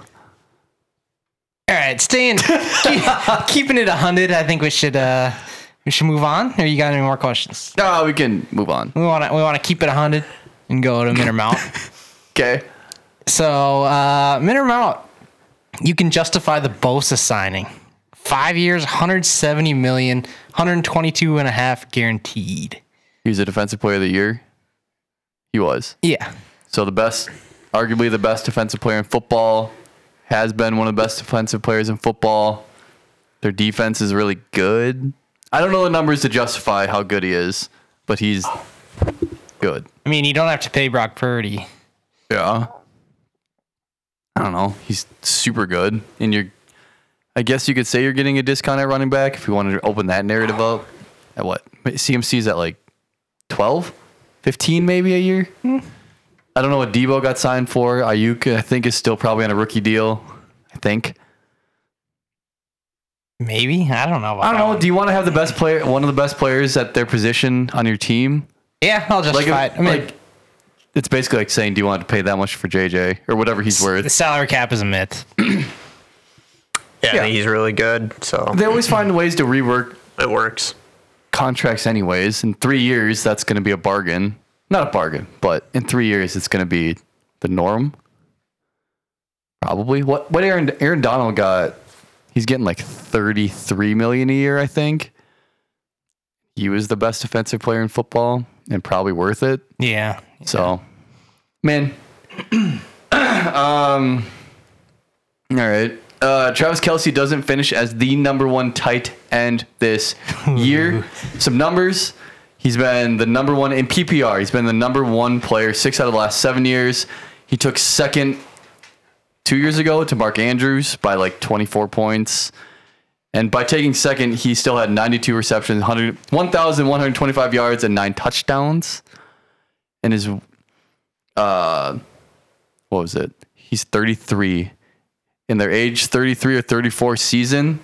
Speaker 4: All right, staying <laughs> keep, keeping it hundred. I think we should uh we should move on. Or you got any more questions?
Speaker 3: No, we can move on.
Speaker 4: We want to we want to keep it hundred and go to Mintermount.
Speaker 3: Okay.
Speaker 4: So, uh, Mintermount, you can justify the Bosa signing. Five years, 170 million, 122 and a half guaranteed.
Speaker 3: He was a defensive player of the year. He was.
Speaker 4: Yeah.
Speaker 3: So the best, arguably the best defensive player in football, has been one of the best defensive players in football. Their defense is really good. I don't know the numbers to justify how good he is, but he's good.
Speaker 4: I mean, you don't have to pay Brock Purdy.
Speaker 3: Yeah. I don't know. He's super good. And you're, I guess you could say you're getting a discount at running back if you wanted to open that narrative up. At what? CMC's at like 12, 15 maybe a year. I don't know what Debo got signed for. Ayuk, I think, is still probably on a rookie deal. I think.
Speaker 4: Maybe. I don't know. About
Speaker 3: I don't
Speaker 4: that
Speaker 3: know.
Speaker 4: one.
Speaker 3: Do you want to have the best player, one of the best players at their position on your team?
Speaker 4: Yeah, I'll
Speaker 3: Like, if-
Speaker 4: justify it. I mean,
Speaker 3: like, it's basically like saying, do you want to pay that much for JJ or whatever he's worth?
Speaker 4: the salary cap is
Speaker 3: <clears throat>
Speaker 4: a myth.
Speaker 5: Yeah,
Speaker 3: Yeah.
Speaker 5: I think he's really good, so
Speaker 3: They always find ways to rework
Speaker 5: it works.
Speaker 3: contracts anyways. In three years, that's going to be a bargain. Not a bargain, but in three years, it's going to be the norm. Probably. What what Aaron Aaron Donald got? He's getting like thirty three million a year, I think. He was the best defensive player in football and probably worth it.
Speaker 4: Yeah.
Speaker 3: So, man. <clears throat> um. All right. Uh, Travis Kelsey doesn't finish as the number one tight end this year. Some numbers. He's been the number one in PPR. He's been the number one player six out of the last seven years. He took second two years ago to Mark Andrews by like 24 points. And by taking second, he still had 92 receptions, 100 1,125 yards, and nine touchdowns and his uh what was it? He's 33 in their age 33 or 34 season.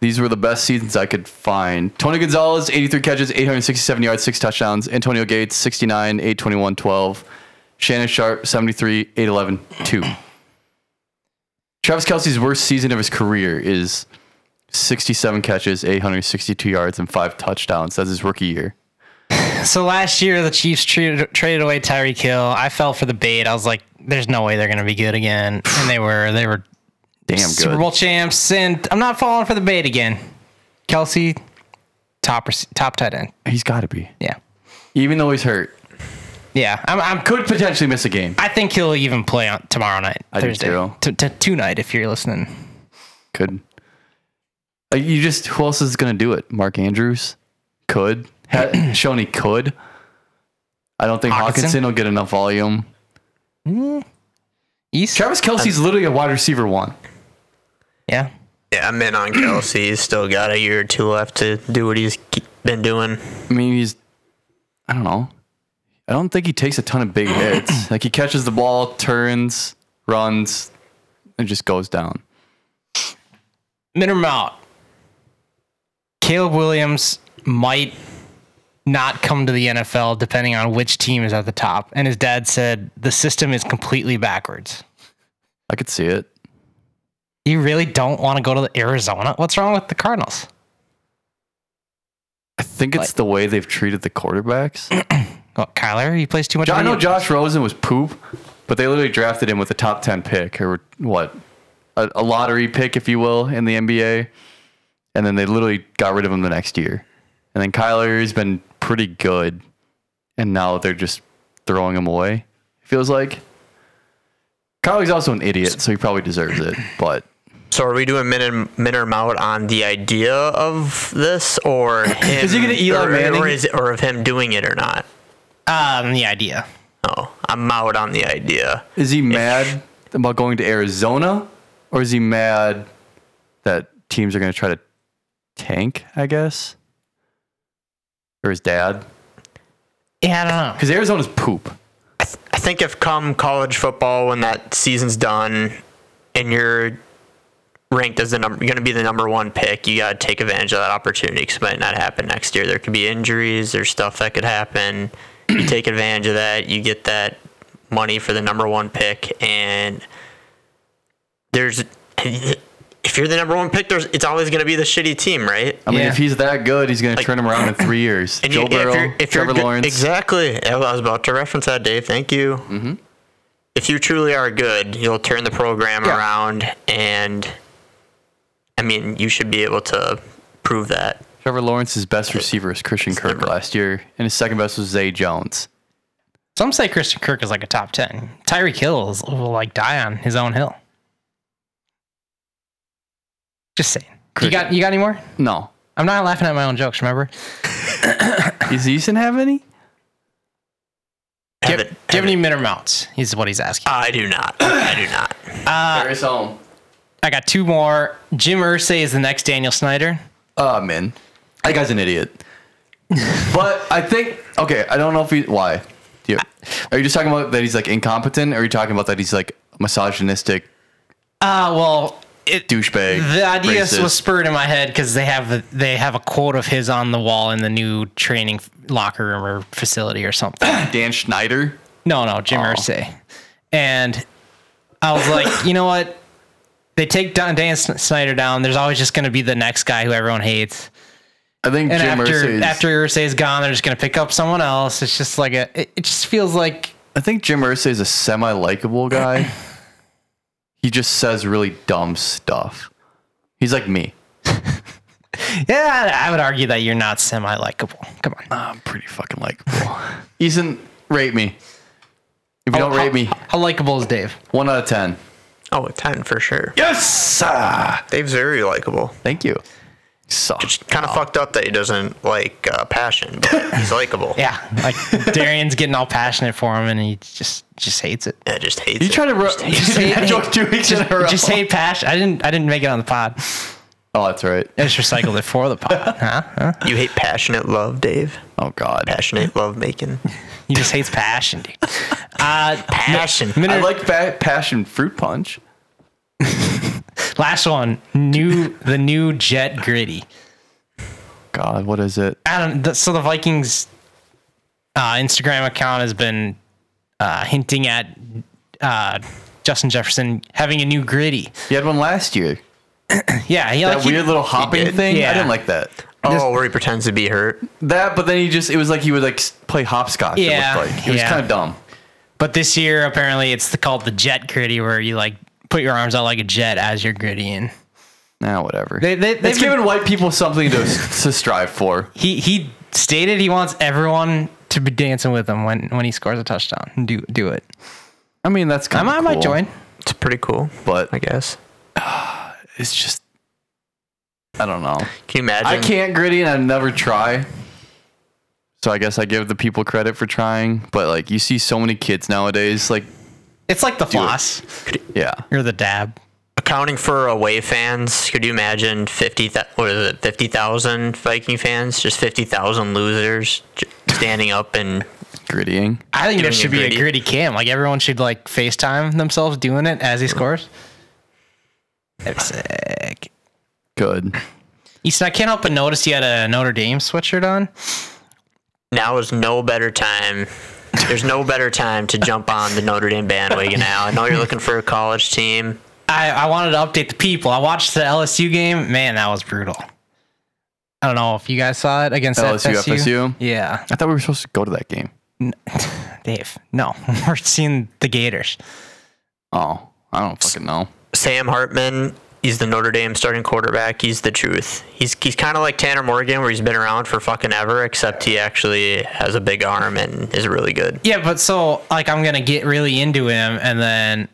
Speaker 3: These were the best seasons I could find. Tony Gonzalez, 83 catches, 867 yards, six touchdowns. Antonio Gates, 69, 821, 12. Shannon Sharp, 73, 811, 2. <clears throat> Travis Kelsey's worst season of his career is 67 catches, 862 yards, and five touchdowns. That's his rookie year.
Speaker 4: So last year, the Chiefs traded, traded away Tyreek Hill. I fell for the bait. I was like, there's no way they're going to be good again. And they were. They were
Speaker 3: Damn good.
Speaker 4: Super Bowl champs, and I'm not falling for the bait again. Kelsey, top rec- top tight end.
Speaker 3: He's got to be.
Speaker 4: Yeah,
Speaker 3: Even though he's hurt,
Speaker 4: yeah. I'm, I'm
Speaker 3: could potentially miss a game.
Speaker 4: I think he'll even play on tomorrow night,
Speaker 3: I do
Speaker 4: Thursday,
Speaker 3: too.
Speaker 4: T- t- tonight. If you're listening,
Speaker 3: Could. Uh, You just who else is gonna do it? Mark Andrews could. <clears throat> Ha- shown he could. I don't think
Speaker 4: Hockenson?
Speaker 3: Hawkinson will get enough volume.
Speaker 4: East?
Speaker 3: Travis Kelsey's literally a wide receiver one.
Speaker 4: Yeah.
Speaker 5: Yeah, I'm in on Kelsey. He's still got a year or two left to do what he's ke- been doing.
Speaker 3: I mean, he's, I don't know. I don't think he takes a ton of big <clears throat> hits. like he catches the ball, turns, runs, and just goes down.
Speaker 4: Minimum out. Caleb Williams might not come to the NFL depending on which team is at the top. And his dad said the system is completely backwards.
Speaker 3: I could see it.
Speaker 4: You really don't want to go to the Arizona? What's wrong with the Cardinals?
Speaker 3: I think it's the way they've treated the quarterbacks.
Speaker 4: What, Kyler, he plays too much.
Speaker 3: Jo- I know
Speaker 4: video.
Speaker 3: Josh Rosen was poop, but they literally drafted him with a top 10 pick or what? A, a lottery pick, if you will, in the NBA. And then they literally got rid of him the next year. And then Kyler has been pretty good. And now they're just throwing him away. It feels like. Kyler's also an idiot, so he probably deserves it. But
Speaker 5: So are we doing min and, min or out on the idea of this,
Speaker 3: <coughs>
Speaker 5: or him,
Speaker 3: he gonna Eli
Speaker 5: or,
Speaker 3: Manning?
Speaker 5: or, is it, or of him doing it or not?
Speaker 4: Um, the idea.
Speaker 5: No, I'm out on the idea.
Speaker 3: is he mad about going to Arizona? Or is he mad that teams are going to try to tank, I guess? Or his dad?
Speaker 4: Yeah, I don't know.
Speaker 3: Because Arizona's poop.
Speaker 5: I think if come college football when that season's done and you're ranked as the number, going to be the number one pick, you got to take advantage of that opportunity because it might not happen next year. There could be injuries, there's stuff that could happen. You take advantage of that, you get that money for the number one pick, and there's if you're the number one pick, there's it's always going to be the shitty team, right?
Speaker 3: I mean,
Speaker 4: Yeah.
Speaker 3: if he's that good, he's going to turn him around in three years.
Speaker 5: And
Speaker 3: Joe
Speaker 5: you-
Speaker 3: Burrow, Trevor
Speaker 5: good-
Speaker 3: Lawrence.
Speaker 5: Exactly. I was about to reference that, Dave. Thank you. If you truly are good, you'll turn the program
Speaker 4: Yeah.
Speaker 5: around, and I mean, you should be able to prove that.
Speaker 3: Trevor Lawrence's best receiver is Christian Kirk last year, and his second best was Zay Jones.
Speaker 4: Some say Christian Kirk is like a top ten. Tyreek Hill is, will like die on his own hill. Just saying. You got you got any more?
Speaker 3: No,
Speaker 4: I'm not laughing at my own jokes. Remember?
Speaker 3: is Easton have any?
Speaker 4: Do you,
Speaker 5: Have
Speaker 4: do
Speaker 5: it-
Speaker 4: you
Speaker 5: have
Speaker 4: have any minimum outs? He's what he's asking.
Speaker 5: I do not. I do not. Uh,
Speaker 3: Paris home.
Speaker 4: I got two more. Jim Ursay is the next Daniel Snyder.
Speaker 3: Oh man, that guy's an idiot. but I think okay. I don't know if he why. Do you- are you just talking about that he's like incompetent, or are you talking about that he's like misogynistic
Speaker 4: Uh well, it,
Speaker 3: douchebag?
Speaker 4: the idea
Speaker 3: racist?
Speaker 4: was spurred in my head because they have they have a quote of his on the wall in the new training f- locker room or facility or something.
Speaker 3: Dan Schneider.
Speaker 4: No, no,
Speaker 3: Oh.
Speaker 4: Jim Irsay. And I was like, you know what? They take Don, Dan S- Snyder down. There's always just going to be the next guy who everyone hates.
Speaker 3: I think
Speaker 4: And
Speaker 3: Jim
Speaker 4: after
Speaker 3: Irsay is-
Speaker 4: after Irsay's gone, they're just going to pick up someone else. It's just like a. It, it just feels like
Speaker 3: I think Jim Irsay is a semi likable guy. he just says really dumb stuff. He's like me.
Speaker 4: yeah. I would argue that you're not semi likable. Come on.
Speaker 3: I'm pretty fucking likable. Ethan, rate me. If you don't
Speaker 4: How-
Speaker 3: rate me,
Speaker 4: How likable is Dave?
Speaker 3: one out of ten.
Speaker 5: Oh, a ten for sure.
Speaker 3: Yes. Ah,
Speaker 5: Dave's very likable.
Speaker 3: thank you. Sucks.
Speaker 5: Kind of fucked up that he doesn't like uh, passion, but he's likable.
Speaker 4: Yeah, <laughs> like Darian's getting all passionate for him, and he just just hates
Speaker 3: <laughs>
Speaker 4: it.
Speaker 5: Yeah, just hates.
Speaker 3: You
Speaker 5: it.
Speaker 3: try to ru- you
Speaker 4: <laughs> Just
Speaker 3: did that
Speaker 4: hate-
Speaker 3: joke two weeks in a row.
Speaker 4: Just hate passion. I didn't. I didn't make it on the pod.
Speaker 3: Oh, that's right.
Speaker 4: I just recycled it for
Speaker 3: <laughs>
Speaker 4: the pod. Huh? Huh?
Speaker 5: You hate passionate love, Dave.
Speaker 3: Oh God.
Speaker 5: Passionate love making.
Speaker 4: He just hates
Speaker 3: <laughs>
Speaker 4: passion, dude. Uh,
Speaker 5: Passion.
Speaker 4: minute-
Speaker 3: I like fa- passion fruit punch.
Speaker 4: last one. New the new jet gritty.
Speaker 3: God, what is it?
Speaker 4: I don't. th- So the Vikings uh, Instagram account has been uh, hinting at uh, Justin Jefferson having a new gritty.
Speaker 3: You had one last year.
Speaker 4: Yeah, he,
Speaker 3: That
Speaker 4: like, Uh, he-
Speaker 3: weird little hopping
Speaker 5: did?
Speaker 3: thing. I
Speaker 4: Yeah.
Speaker 3: didn't like that.
Speaker 5: Oh, where he pretends to be hurt.
Speaker 3: That, but then he just, it was like he would like s- play hopscotch.
Speaker 4: Yeah,
Speaker 3: It looked like. It was
Speaker 4: yeah.
Speaker 3: kind of dumb.
Speaker 4: But this year, apparently, it's the, called the jet gritty, where you like put your arms out like a jet as you're grittying.
Speaker 3: Nah, whatever.
Speaker 4: They, they,
Speaker 3: it's
Speaker 4: they've been-
Speaker 3: giving white people something to, s- to strive for.
Speaker 4: he he stated he wants everyone to be dancing with him when, when he scores a touchdown. Do do it.
Speaker 3: I mean, that's
Speaker 4: I
Speaker 3: kind of
Speaker 4: might, I
Speaker 3: cool.
Speaker 4: might join.
Speaker 5: It's pretty cool,
Speaker 3: but
Speaker 5: I guess.
Speaker 3: it's just, I don't know.
Speaker 5: Can you imagine?
Speaker 3: I can't gritty and I never try. So I guess I give the people credit for trying. But like, you see so many kids nowadays, like
Speaker 4: It's like the floss
Speaker 3: Yeah.
Speaker 4: or the dab.
Speaker 5: Accounting for away fans, could you imagine fifty? thou- What is it? Fifty thousand Viking fans, just fifty thousand losers j- standing up and
Speaker 3: Grittying.
Speaker 4: I think there
Speaker 5: Doing a
Speaker 4: should be
Speaker 5: gritty.
Speaker 4: a gritty cam. Like everyone should like FaceTime themselves doing it as he scores. That'd be sick.
Speaker 3: Good.
Speaker 4: Easton, I can't help but notice you had a Notre Dame sweatshirt on.
Speaker 5: now is no better time. There's no better time to jump on the Notre Dame bandwagon now. I know you're looking for a college team.
Speaker 4: I, I wanted to update the people. I watched the LSU game. Man, that was brutal. I don't know if you guys saw it against
Speaker 3: LSU,
Speaker 4: FSU.
Speaker 3: FSU?
Speaker 4: Yeah, <laughs>
Speaker 3: I thought we were supposed to go to that game.
Speaker 4: Dave. No, <laughs> we're seeing the Gators.
Speaker 3: Oh, I don't fucking know.
Speaker 5: Sam Hartman, he's the Notre Dame starting quarterback. He's the truth. He's he's kind of like Tanner Morgan, where he's been around for fucking ever, except he actually has a big arm and is really good.
Speaker 4: Yeah, but so like I'm gonna get really into him, and then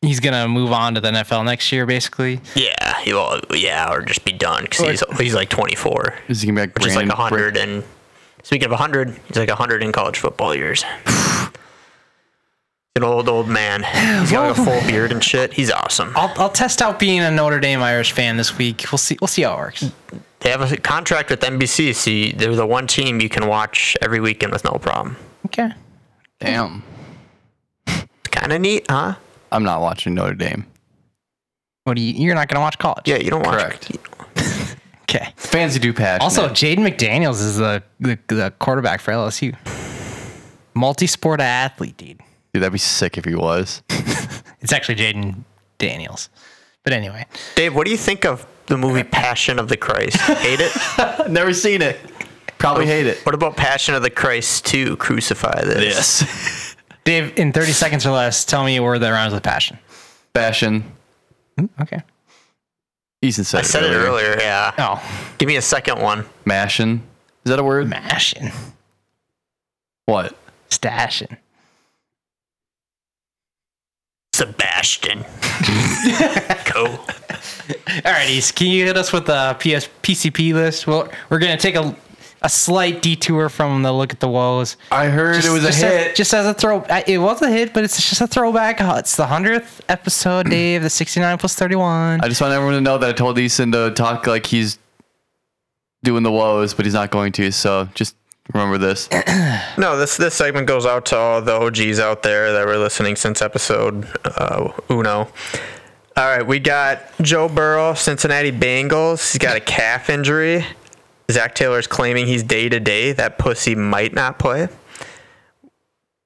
Speaker 4: he's gonna move on to the NFL next year, basically.
Speaker 5: Yeah, he will. Yeah, or just be done because he's he's like 24,
Speaker 3: Is he gonna be like
Speaker 5: which is like
Speaker 3: Brandon-
Speaker 5: 100. And speaking of 100, he's like 100 in college football years. An old old man. He's got like a full beard and shit. He's awesome.
Speaker 4: I'll, I'll test out being a Notre Dame Irish fan this week. We'll see. We'll see how it works.
Speaker 5: They have a contract with NBC, so you, they're the one team you can watch every weekend with no problem.
Speaker 4: Okay.
Speaker 3: Damn.
Speaker 5: Kind of neat, huh?
Speaker 3: I'm not watching Notre Dame.
Speaker 4: What do you? You're not gonna watch college.
Speaker 5: Yeah, you don't watch.
Speaker 3: Correct.
Speaker 4: Okay.
Speaker 3: Fans who do patch.
Speaker 4: Also,
Speaker 3: man.
Speaker 4: Jaden McDaniels is the, the the quarterback for LSU. Multi-sport athlete, dude.
Speaker 3: dude, that'd be sick if he was.
Speaker 4: It's actually Jaden Daniels. But anyway,
Speaker 5: Dave, what do you think of the movie Passion of the Christ? Hate
Speaker 3: <laughs>
Speaker 5: it?
Speaker 3: Never seen it. Oh. Probably hate it.
Speaker 5: What about Passion of the Christ 2, Crucify This?
Speaker 3: Yes.
Speaker 4: Dave, in 30 seconds or less, tell me a word that rhymes with passion.
Speaker 3: Fashion.
Speaker 4: Hmm, Okay.
Speaker 3: Easton said
Speaker 5: I said it earlier, yeah.
Speaker 4: Oh,
Speaker 5: Give me a second one.
Speaker 3: Mashin. Is that a word?
Speaker 4: mashing,
Speaker 3: What?
Speaker 4: stashing.
Speaker 5: Sebastian. Go.
Speaker 4: All right, East, can you hit us with the PS PCP list? Well, we're gonna take a a slight detour from the look at the woes.
Speaker 3: I heard it was a
Speaker 4: just
Speaker 3: hit.
Speaker 4: As, just as a throw, I- it was a hit, but it's just a throwback. Uh, It's the hundredth episode, Dave. The sixty-nine plus thirty-one.
Speaker 3: I just want everyone to know that I told Easton to talk like he's doing the woes, but he's not going to. So just remember this.
Speaker 5: No, this this segment goes out to all the OGs out there that were listening since episode uh, Uno. All right, we got Joe Burrow, Cincinnati Bengals. He's got a calf injury. Zach Taylor's claiming he's day to day. That pussy might not play.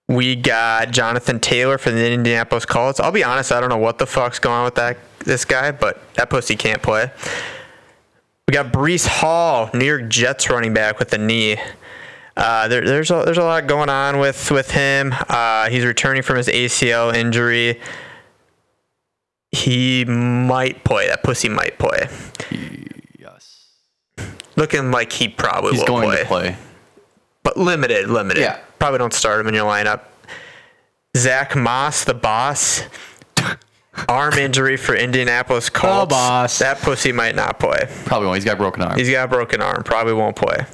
Speaker 5: We got Jonathan Taylor for the Indianapolis Colts. I'll be honest, I don't know what the fuck's going on with that this guy, but that pussy can't play. We got Brees Hall, New York Jets running back with a knee. Uh, there, there's a, there's a lot going on with with him. Uh, he's returning from his ACL injury. He might play. That pussy might play.
Speaker 3: Yes.
Speaker 5: Looking like he probably
Speaker 3: He's
Speaker 5: will
Speaker 3: going
Speaker 5: play,
Speaker 3: to play.
Speaker 5: but limited, limited.
Speaker 3: Yeah.
Speaker 5: Probably don't start him in your lineup. Zach Moss, the
Speaker 3: <laughs>
Speaker 5: boss, arm injury for Indianapolis Colts.
Speaker 4: boss.
Speaker 5: That pussy might not play.
Speaker 3: Probably won't. He's got broken arm.
Speaker 5: He's got a broken arm. Probably won't play.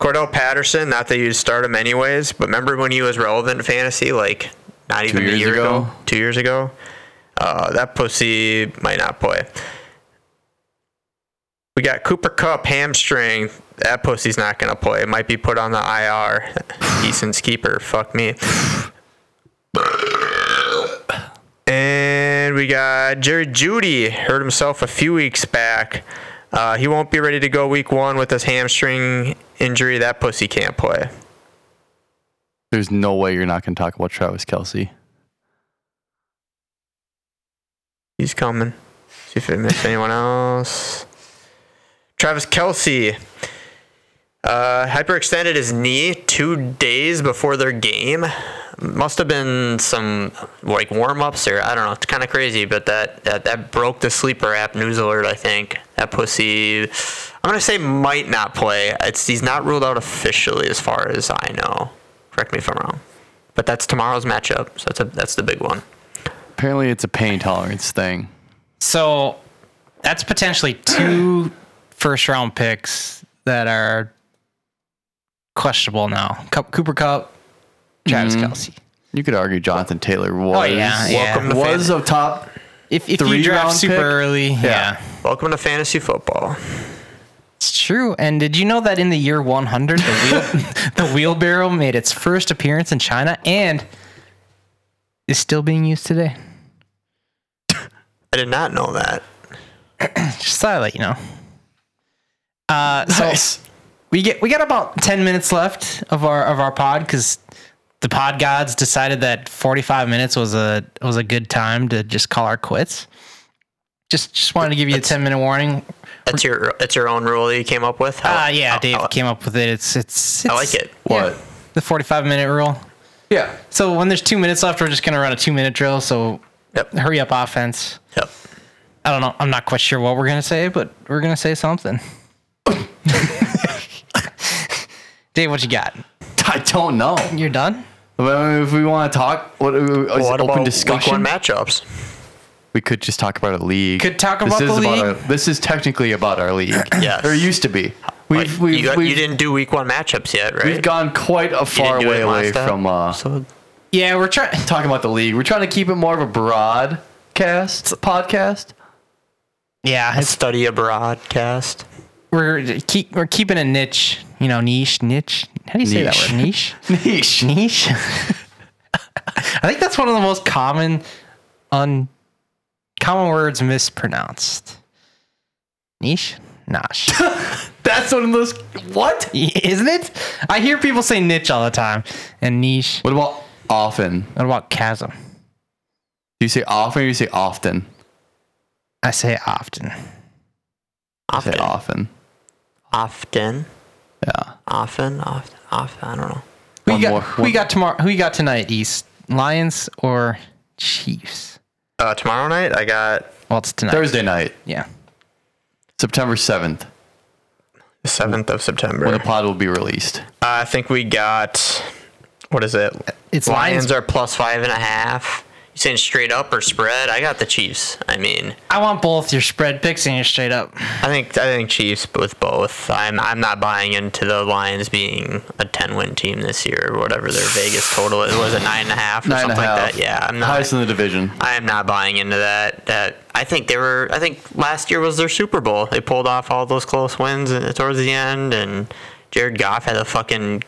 Speaker 5: Cordell Patterson, not that you'd start him anyways, but remember when he was relevant in fantasy, like not even a
Speaker 3: years
Speaker 5: year ago,
Speaker 3: ago?
Speaker 5: two years ago? Uh, that pussy might not play. We got Cooper Cup hamstring. That pussy's not gonna play. Might be put on the IR. Decent keeper. Fuck me. And we got Jerry Judy hurt himself a few weeks back. Uh, he won't be ready to go week one with his hamstring injury. That pussy can't play.
Speaker 3: There's no way you're not going to talk about Travis Kelsey.
Speaker 5: He's coming. See if I missed anyone else. Travis Kelsey uh, hyperextended his knee two days before their game. Must have been some like warm ups or I don't know. It's kind of crazy, but that, that that broke the sleeper app news alert. I think that pussy. I'm gonna say might not play. It's he's not ruled out officially as far as I know. Correct me if I'm wrong, but that's tomorrow's matchup. So that's a, that's the big one.
Speaker 3: Apparently, it's a pain tolerance thing.
Speaker 4: So that's potentially <clears throat> two first round picks that Mm-hmm. are questionable now. Cup, Cooper Cup, Travis Kelsey.
Speaker 3: You could argue Jonathan Taylor
Speaker 5: Oh,
Speaker 3: was
Speaker 4: yeah, yeah.
Speaker 5: Welcome to
Speaker 3: was
Speaker 5: fan-
Speaker 3: a top.
Speaker 4: If, if
Speaker 3: Three
Speaker 4: you draft
Speaker 3: round
Speaker 4: super
Speaker 3: pick?
Speaker 4: early, yeah.
Speaker 5: Welcome to fantasy football.
Speaker 4: It's true. And did you know that in the year 100, the, <laughs> wheel, the wheelbarrow made its first appearance in China and is still being used today?
Speaker 5: I did not know that.
Speaker 4: Just thought I'd let you know. Uh, so
Speaker 3: Nice.
Speaker 4: we get we got about 10 minutes left of our of our pod because the pod gods decided that 45 minutes was a was a good time to just call our quits. Just just wanted to give you a 10 minute warning.
Speaker 5: That's your that's your own rule that you came up with.
Speaker 4: Uh, yeah,
Speaker 5: I-
Speaker 4: Dave
Speaker 5: I,
Speaker 4: came up with it. It's it's,
Speaker 5: Oh, I
Speaker 4: it's
Speaker 5: like it.
Speaker 3: What?
Speaker 4: the 45 minute rule.
Speaker 3: Yeah.
Speaker 4: So when there's two minutes left, we're just gonna run a two minute drill. So
Speaker 5: Yep.
Speaker 4: hurry up, offense.
Speaker 5: Yep.
Speaker 4: I don't know. I'm not quite sure what we're gonna say, but we're gonna say something. <laughs> Dave, what you got?
Speaker 3: <laughs> I don't know.
Speaker 4: You're done.
Speaker 3: Well, If we want to talk, what, uh, is
Speaker 5: What
Speaker 3: it
Speaker 5: about
Speaker 3: open
Speaker 5: week one
Speaker 3: discussion?
Speaker 5: matchups?
Speaker 3: We could just talk about a league.
Speaker 4: Could talk about the league.
Speaker 3: our- this is technically about our league.
Speaker 5: Yes.
Speaker 3: Or used to be. We've,
Speaker 5: Like,
Speaker 3: we've,
Speaker 5: you, got- you
Speaker 3: we've,
Speaker 5: didn't do week one matchups yet, right?
Speaker 3: we've gone quite a
Speaker 5: You didn't
Speaker 3: far
Speaker 5: do
Speaker 3: way
Speaker 5: it
Speaker 3: away
Speaker 5: last time?
Speaker 3: from uh,
Speaker 5: So,
Speaker 4: Yeah, we're trying.
Speaker 3: talking about the league. We're trying to keep it more of a broad cast
Speaker 5: <laughs>
Speaker 3: podcast.
Speaker 4: Yeah, it's,
Speaker 5: study abroad cast.
Speaker 4: we're keep we're keeping a niche. You know, niche, niche. How do you say that
Speaker 3: Niche.
Speaker 4: word? Niche.
Speaker 3: Niche.
Speaker 4: niche. <laughs> I think that's one of the most common un common words mispronounced. Niche, nosh. <laughs>
Speaker 3: That's one of those. What?
Speaker 4: isn't it? I hear people say niche all the time and niche.
Speaker 3: What about often? Do
Speaker 4: What about chasm?
Speaker 3: you say often or do you say often?
Speaker 4: I say often.
Speaker 3: I say
Speaker 5: Often,
Speaker 3: often.
Speaker 5: often,
Speaker 3: Yeah.
Speaker 5: often, often, often. I don't know.
Speaker 4: Who
Speaker 3: One
Speaker 4: you got?
Speaker 3: more-
Speaker 4: who
Speaker 3: one-
Speaker 4: you got tomorrow? Who you got tonight? East Lions or Chiefs?
Speaker 5: Uh, tomorrow night, I got
Speaker 4: Well, it's tonight.
Speaker 3: Thursday night,
Speaker 4: Yeah.
Speaker 3: September 7th,
Speaker 5: the seventh of September.
Speaker 3: when the pod will be released.
Speaker 5: I think we got what is it?
Speaker 4: It's
Speaker 5: Lions
Speaker 4: Lions.
Speaker 5: are plus five and a half. You saying straight up or spread? I got the Chiefs. I mean,
Speaker 4: I want both your spread picks and your straight up.
Speaker 5: I think I think Chiefs with both. I'm I'm not buying into the Lions being a ten win team this year or whatever their Vegas total is. Was it nine and a half or
Speaker 3: Nine and a
Speaker 5: something like
Speaker 3: half.
Speaker 5: that? Yeah, I'm not.
Speaker 3: Highest in the division.
Speaker 5: I am not buying into that. That I think they were. I think last year was their Super Bowl. They pulled off all those close wins and- towards the end, and Jared Goff had a fucking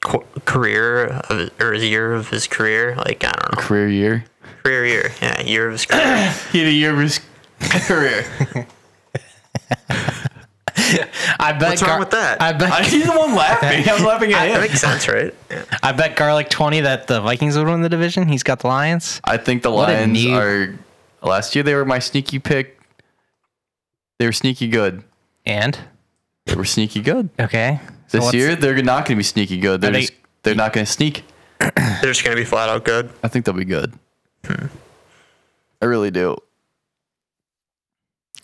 Speaker 5: qu- career of, or his year of his career. Like I don't know,
Speaker 3: Career year.
Speaker 5: career year, yeah, year of his <coughs> career.
Speaker 3: He had a year of his <laughs>
Speaker 5: <laughs>
Speaker 3: career.
Speaker 4: I bet.
Speaker 5: What's wrong with that?
Speaker 4: I bet.
Speaker 3: He's the one laughing. I'm laughing at
Speaker 5: that
Speaker 3: him.
Speaker 5: makes sense, right? Yeah.
Speaker 4: <laughs> I bet garlic twenty that the Vikings would win the division. He's got the Lions.
Speaker 3: I think the
Speaker 4: What a
Speaker 3: Lions
Speaker 4: noob.
Speaker 3: are. Last year they were my sneaky pick. They were sneaky good.
Speaker 4: And
Speaker 3: They were sneaky good.
Speaker 4: okay, So
Speaker 3: This
Speaker 4: what's-
Speaker 3: year they're not going to be sneaky good. They're
Speaker 4: they-
Speaker 3: just, they're not going to sneak.
Speaker 5: They're just gonna be flat out good.
Speaker 3: I think they'll be good. I really do.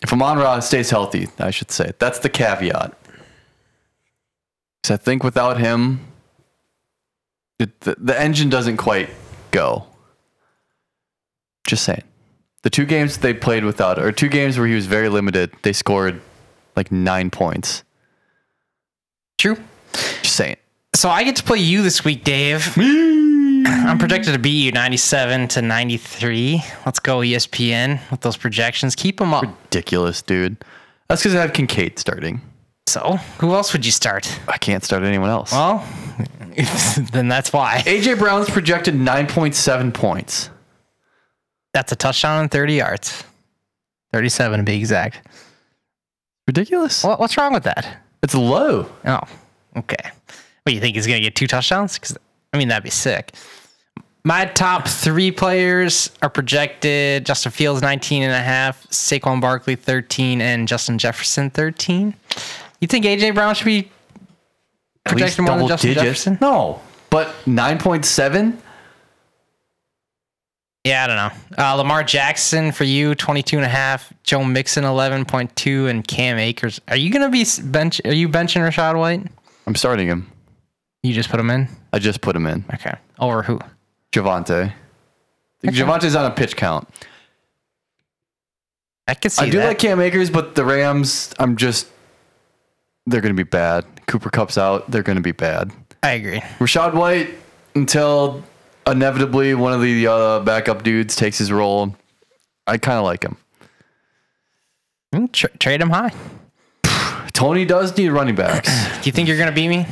Speaker 3: If Amon Ra stays healthy, I should say. That's the caveat. Because I think without him, it, the, the engine doesn't quite go. Just saying. The two games they played without, or two games where he was very limited, they scored like nine points.
Speaker 4: true.
Speaker 3: Just saying.
Speaker 4: So I get to play you this week, Dave. <clears throat> I'm projected to beat you 97 to 93. Let's go E ESPN with those projections. Keep them up.
Speaker 3: Ridiculous, dude. That's because I have Kincaid starting.
Speaker 4: So who else would you start?
Speaker 3: I can't start anyone else.
Speaker 4: Well, then that's why.
Speaker 3: AJ Brown's projected 9.7 points.
Speaker 4: That's a touchdown and 30 yards. 37 to be exact.
Speaker 3: Ridiculous.
Speaker 4: What, what's wrong with that?
Speaker 3: It's low.
Speaker 4: Oh, okay. What, you think he's going to get two touchdowns? 'Cause, I mean, that'd be sick. My top three players are projected Justin Fields, 19 and a half, Saquon Barkley, 13, and Justin Jefferson, 13. You think A.J. Brown should be
Speaker 3: At least
Speaker 4: projected more than
Speaker 3: double
Speaker 4: Justin
Speaker 3: digits.
Speaker 4: Jefferson?
Speaker 3: No, but 9.7.
Speaker 4: Yeah, I don't know. Uh, Lamar Jackson for you, 22 and a half, Joe Mixon, 11.2, and Cam Akers. Are you going to be s- bench? Are you benching Rashad White?
Speaker 3: I'm starting him.
Speaker 4: You just put him in?
Speaker 3: I just put him in.
Speaker 4: Okay. Over who?
Speaker 3: Javante. Javante's on a pitch count.
Speaker 4: I could see
Speaker 3: I do
Speaker 4: that.
Speaker 3: like Cam Akers, but the Rams, I'm just, they're going to be bad. Cooper Cup's out. They're going to be bad.
Speaker 4: I agree.
Speaker 3: Rashad White, until inevitably one of the uh, backup dudes takes his role. I kind of like him.
Speaker 4: Mm, Tra- trade him high. Do
Speaker 3: Tony does need running backs.
Speaker 4: <clears throat> you think you're gonna beat me?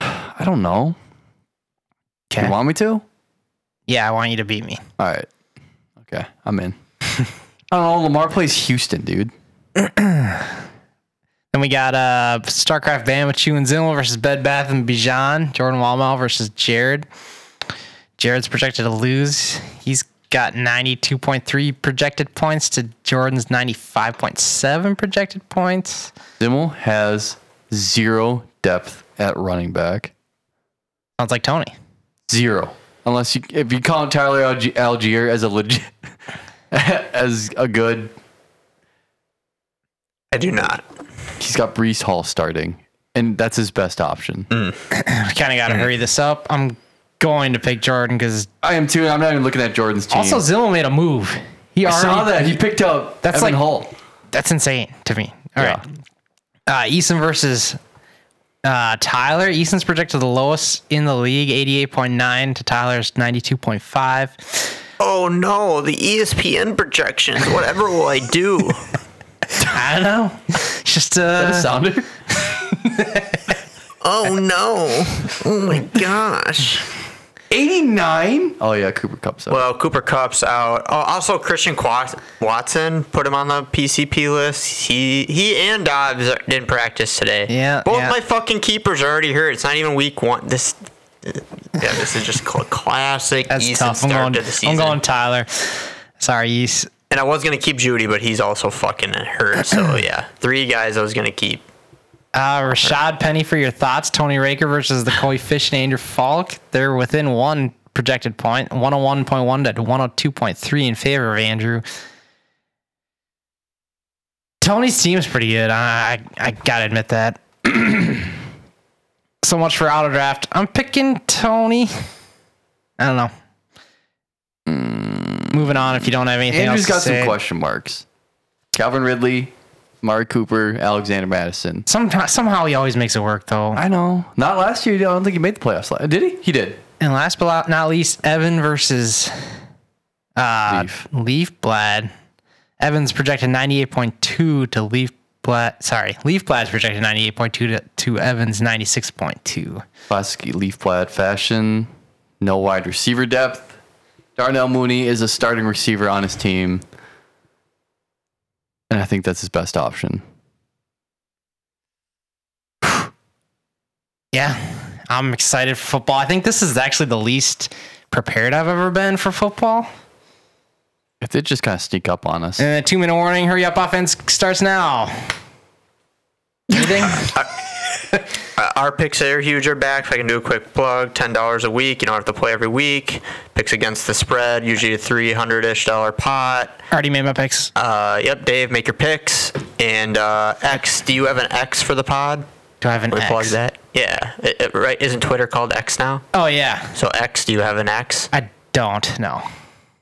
Speaker 3: I don't know.
Speaker 4: Okay. Eh.
Speaker 3: You want me to? All
Speaker 4: Yeah, I want you to beat me.
Speaker 3: right. Okay, I'm in. <laughs> I don't know. Lamar plays Houston, dude.
Speaker 4: Then we got uh StarCraft Band with Chu and Zimmel versus Bed Bath and Bijan. Jordan Walmal versus Jared. Jared's projected to lose. He's got 92.3 projected points to Jordan's 95.7 projected points.
Speaker 3: Dimmel has zero depth at running back.
Speaker 4: Sounds like Tony.
Speaker 3: Zero. Unless you, if you count Tyler Alg- Algier as a legit, <laughs> as a good,
Speaker 5: I do not.
Speaker 3: he's got Brees Hall starting, and that's his best option.
Speaker 4: Mm. We kind of got to hurry this up. I'm going to pick Jordan because
Speaker 3: I am too. and I'm not even looking at Jordan's team.
Speaker 4: also Zimmel made a move. He
Speaker 3: I
Speaker 4: already,
Speaker 3: saw that he picked up
Speaker 4: That's
Speaker 3: that's Evan
Speaker 4: like-
Speaker 3: like Hull.
Speaker 4: That's insane to me. All
Speaker 3: Yeah.
Speaker 4: right. Uh, Eason versus uh, Tyler. Eason's projected the lowest in the league, 88.9 to Tyler's 92.5.
Speaker 5: Oh no, the ESPN projections. Whatever will I do?
Speaker 4: I don't know. <laughs> It's Just
Speaker 3: That
Speaker 4: uh, <laughs>
Speaker 3: sounded.
Speaker 5: Oh no. Oh my gosh.
Speaker 3: 89? Oh, yeah, Cooper Cup's up.
Speaker 5: Well, Cooper Cup's out. Oh, also, Christian Qua- Watson put him on the PCP list. He he and Dobbs didn't practice today.
Speaker 4: Yeah,
Speaker 5: Both
Speaker 4: yeah.
Speaker 5: my fucking keepers are already hurt. It's not even week one. This yeah, this is just cl- classic
Speaker 4: that's
Speaker 5: Eason
Speaker 4: tough. I'm
Speaker 5: start
Speaker 4: going,
Speaker 5: to the season.
Speaker 4: I'm going Tyler. Sorry, East.
Speaker 5: And I was gonna keep Judy, but he's also fucking hurt.
Speaker 4: <clears throat>
Speaker 5: So yeah, three guys I was gonna keep.
Speaker 4: Uh, Rashad Penny for your thoughts. Tony Raker versus the Koi Fish and Andrew Falk. They're within one projected point, 101.1 to 102.3 in favor of Andrew. Tony's team's pretty good. I I, I gotta admit that. <clears throat> so much for auto draft. I'm picking Tony. I don't know. Mm, Moving on. If you don't have anything
Speaker 3: Andrew's
Speaker 4: else to
Speaker 3: got some
Speaker 4: say.
Speaker 3: question marks. Calvin Ridley, Mari Cooper, Alexander Madison.
Speaker 4: Somehow, somehow he always makes it work though.
Speaker 3: I know. Not last year. I don't think he made the playoffs. la- Did he? He did.
Speaker 4: And last but not least, Evan versus uh,
Speaker 3: Leaf.
Speaker 4: Leafblad. Evan's projected 98.2 to Leafblad. Sorry, Leafblad's projected 98.2 to, to Evan's 96.2.
Speaker 3: Classic leaf plaid fashion. No wide receiver depth. Darnell Mooney is a starting receiver on his team. And I think that's his best option.
Speaker 4: Yeah, I'm excited for football. I think this is actually the least prepared I've ever been for football.
Speaker 3: If they just kind of sneak up on us.
Speaker 4: And a two minute warning hurry up, offense starts now. Anything?
Speaker 5: Uh, our picks are huge are back. If I can do a quick plug, ten dollars a week. You don't have to play every week. Picks against the spread, usually a three hundred ish dollar pot.
Speaker 4: Already made my picks.
Speaker 5: Uh, yep, Dave, make your picks. And uh, X, do you have an X for the pod?
Speaker 4: Do I have an
Speaker 5: We plug
Speaker 4: X?
Speaker 5: that. Yeah, it, it- right. Isn't Twitter called X now?
Speaker 4: Oh, yeah.
Speaker 5: So X, do you have an X?
Speaker 4: I don't know. <laughs>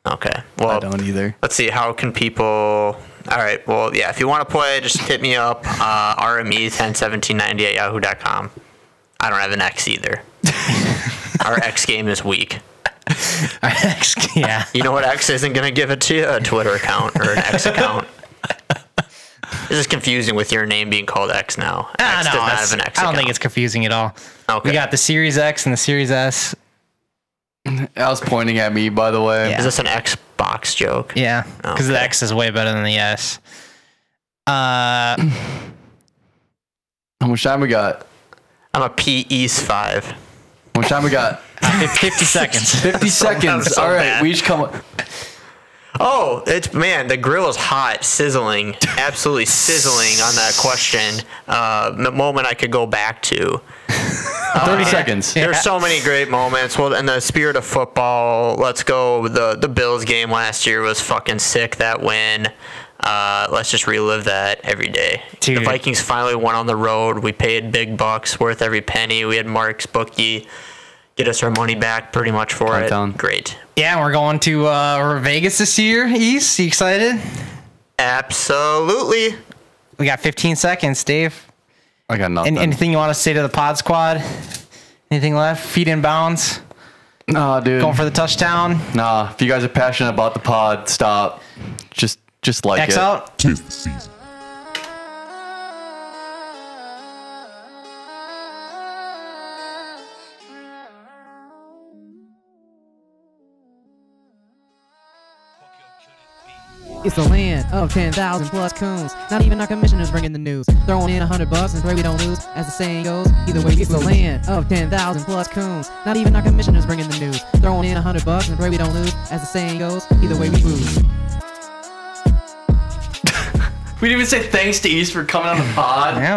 Speaker 5: Okay. Well,
Speaker 3: I don't either.
Speaker 5: let's see. How can people? All right. Well, yeah. If you want to play, just hit me up. Uh, RME ten seventeen ninety at yahoo.com. I don't have an
Speaker 4: <laughs>
Speaker 5: X either. Our X game is weak.
Speaker 4: yeah.
Speaker 5: You know what? X isn't going to give it to you a Twitter account or
Speaker 4: <laughs>
Speaker 5: an X account. It's just confusing with your name being called X now.
Speaker 4: Ah,
Speaker 5: X
Speaker 4: no,
Speaker 5: does not
Speaker 4: it's-
Speaker 5: have an X
Speaker 4: I don't
Speaker 5: account.
Speaker 4: think it's confusing at all.
Speaker 5: Okay.
Speaker 4: We got the Series X and the Series S.
Speaker 3: Al's pointing at me, by the way.
Speaker 4: Yeah.
Speaker 5: Is this an Xbox joke?
Speaker 4: Yeah, because the
Speaker 5: Okay.
Speaker 4: X is way better than the S. Uh,
Speaker 3: How much time we got?
Speaker 5: I'm a P East five.
Speaker 3: How much time we
Speaker 5: <laughs>
Speaker 3: got?
Speaker 4: fif- fifty seconds.
Speaker 3: 50 seconds.
Speaker 5: so
Speaker 3: All right.
Speaker 5: bad.
Speaker 3: We each come.
Speaker 5: Oh, it's man, the grill is hot, sizzling, absolutely sizzling on that question. Uh, the moment I could go back to.
Speaker 3: 30 seconds.
Speaker 5: There's so many great moments. Well, in the spirit of football, let's go. the The Bills game last year was fucking sick. That win. Uh, let's just relive that every day.
Speaker 4: Dude.
Speaker 5: The Vikings finally won on the road. We paid big bucks, worth every penny. We had Mark's bookie get us our money back pretty much for
Speaker 3: Countdown.
Speaker 5: it. Great.
Speaker 4: yeah, we're going to uh, Vegas this year. East, you excited?
Speaker 5: Absolutely.
Speaker 4: We got fifteen seconds, Dave.
Speaker 3: I got
Speaker 4: An-
Speaker 3: nothing.
Speaker 4: anything you want to say to the Pod Squad? Anything left? Feet in bounds.
Speaker 3: Nah, dude.
Speaker 4: Going for the touchdown.
Speaker 3: nah, if you guys are passionate about the pod, stop. Just, just like
Speaker 4: X
Speaker 3: it.
Speaker 4: out.
Speaker 2: Tis the season.
Speaker 1: It's the land of 10,000 plus coons. Not even our commissioners bringing the news. Throwing in 100 bucks and pray we don't lose. As the saying goes, either way, it's the land of 10,000 plus coons. Not even our commissioners bringing the news. Throwing in 100 bucks and pray we don't lose. As the saying goes, either way, we lose.
Speaker 3: We didn't even say thanks to East for coming on the pod. <laughs>
Speaker 4: Yeah,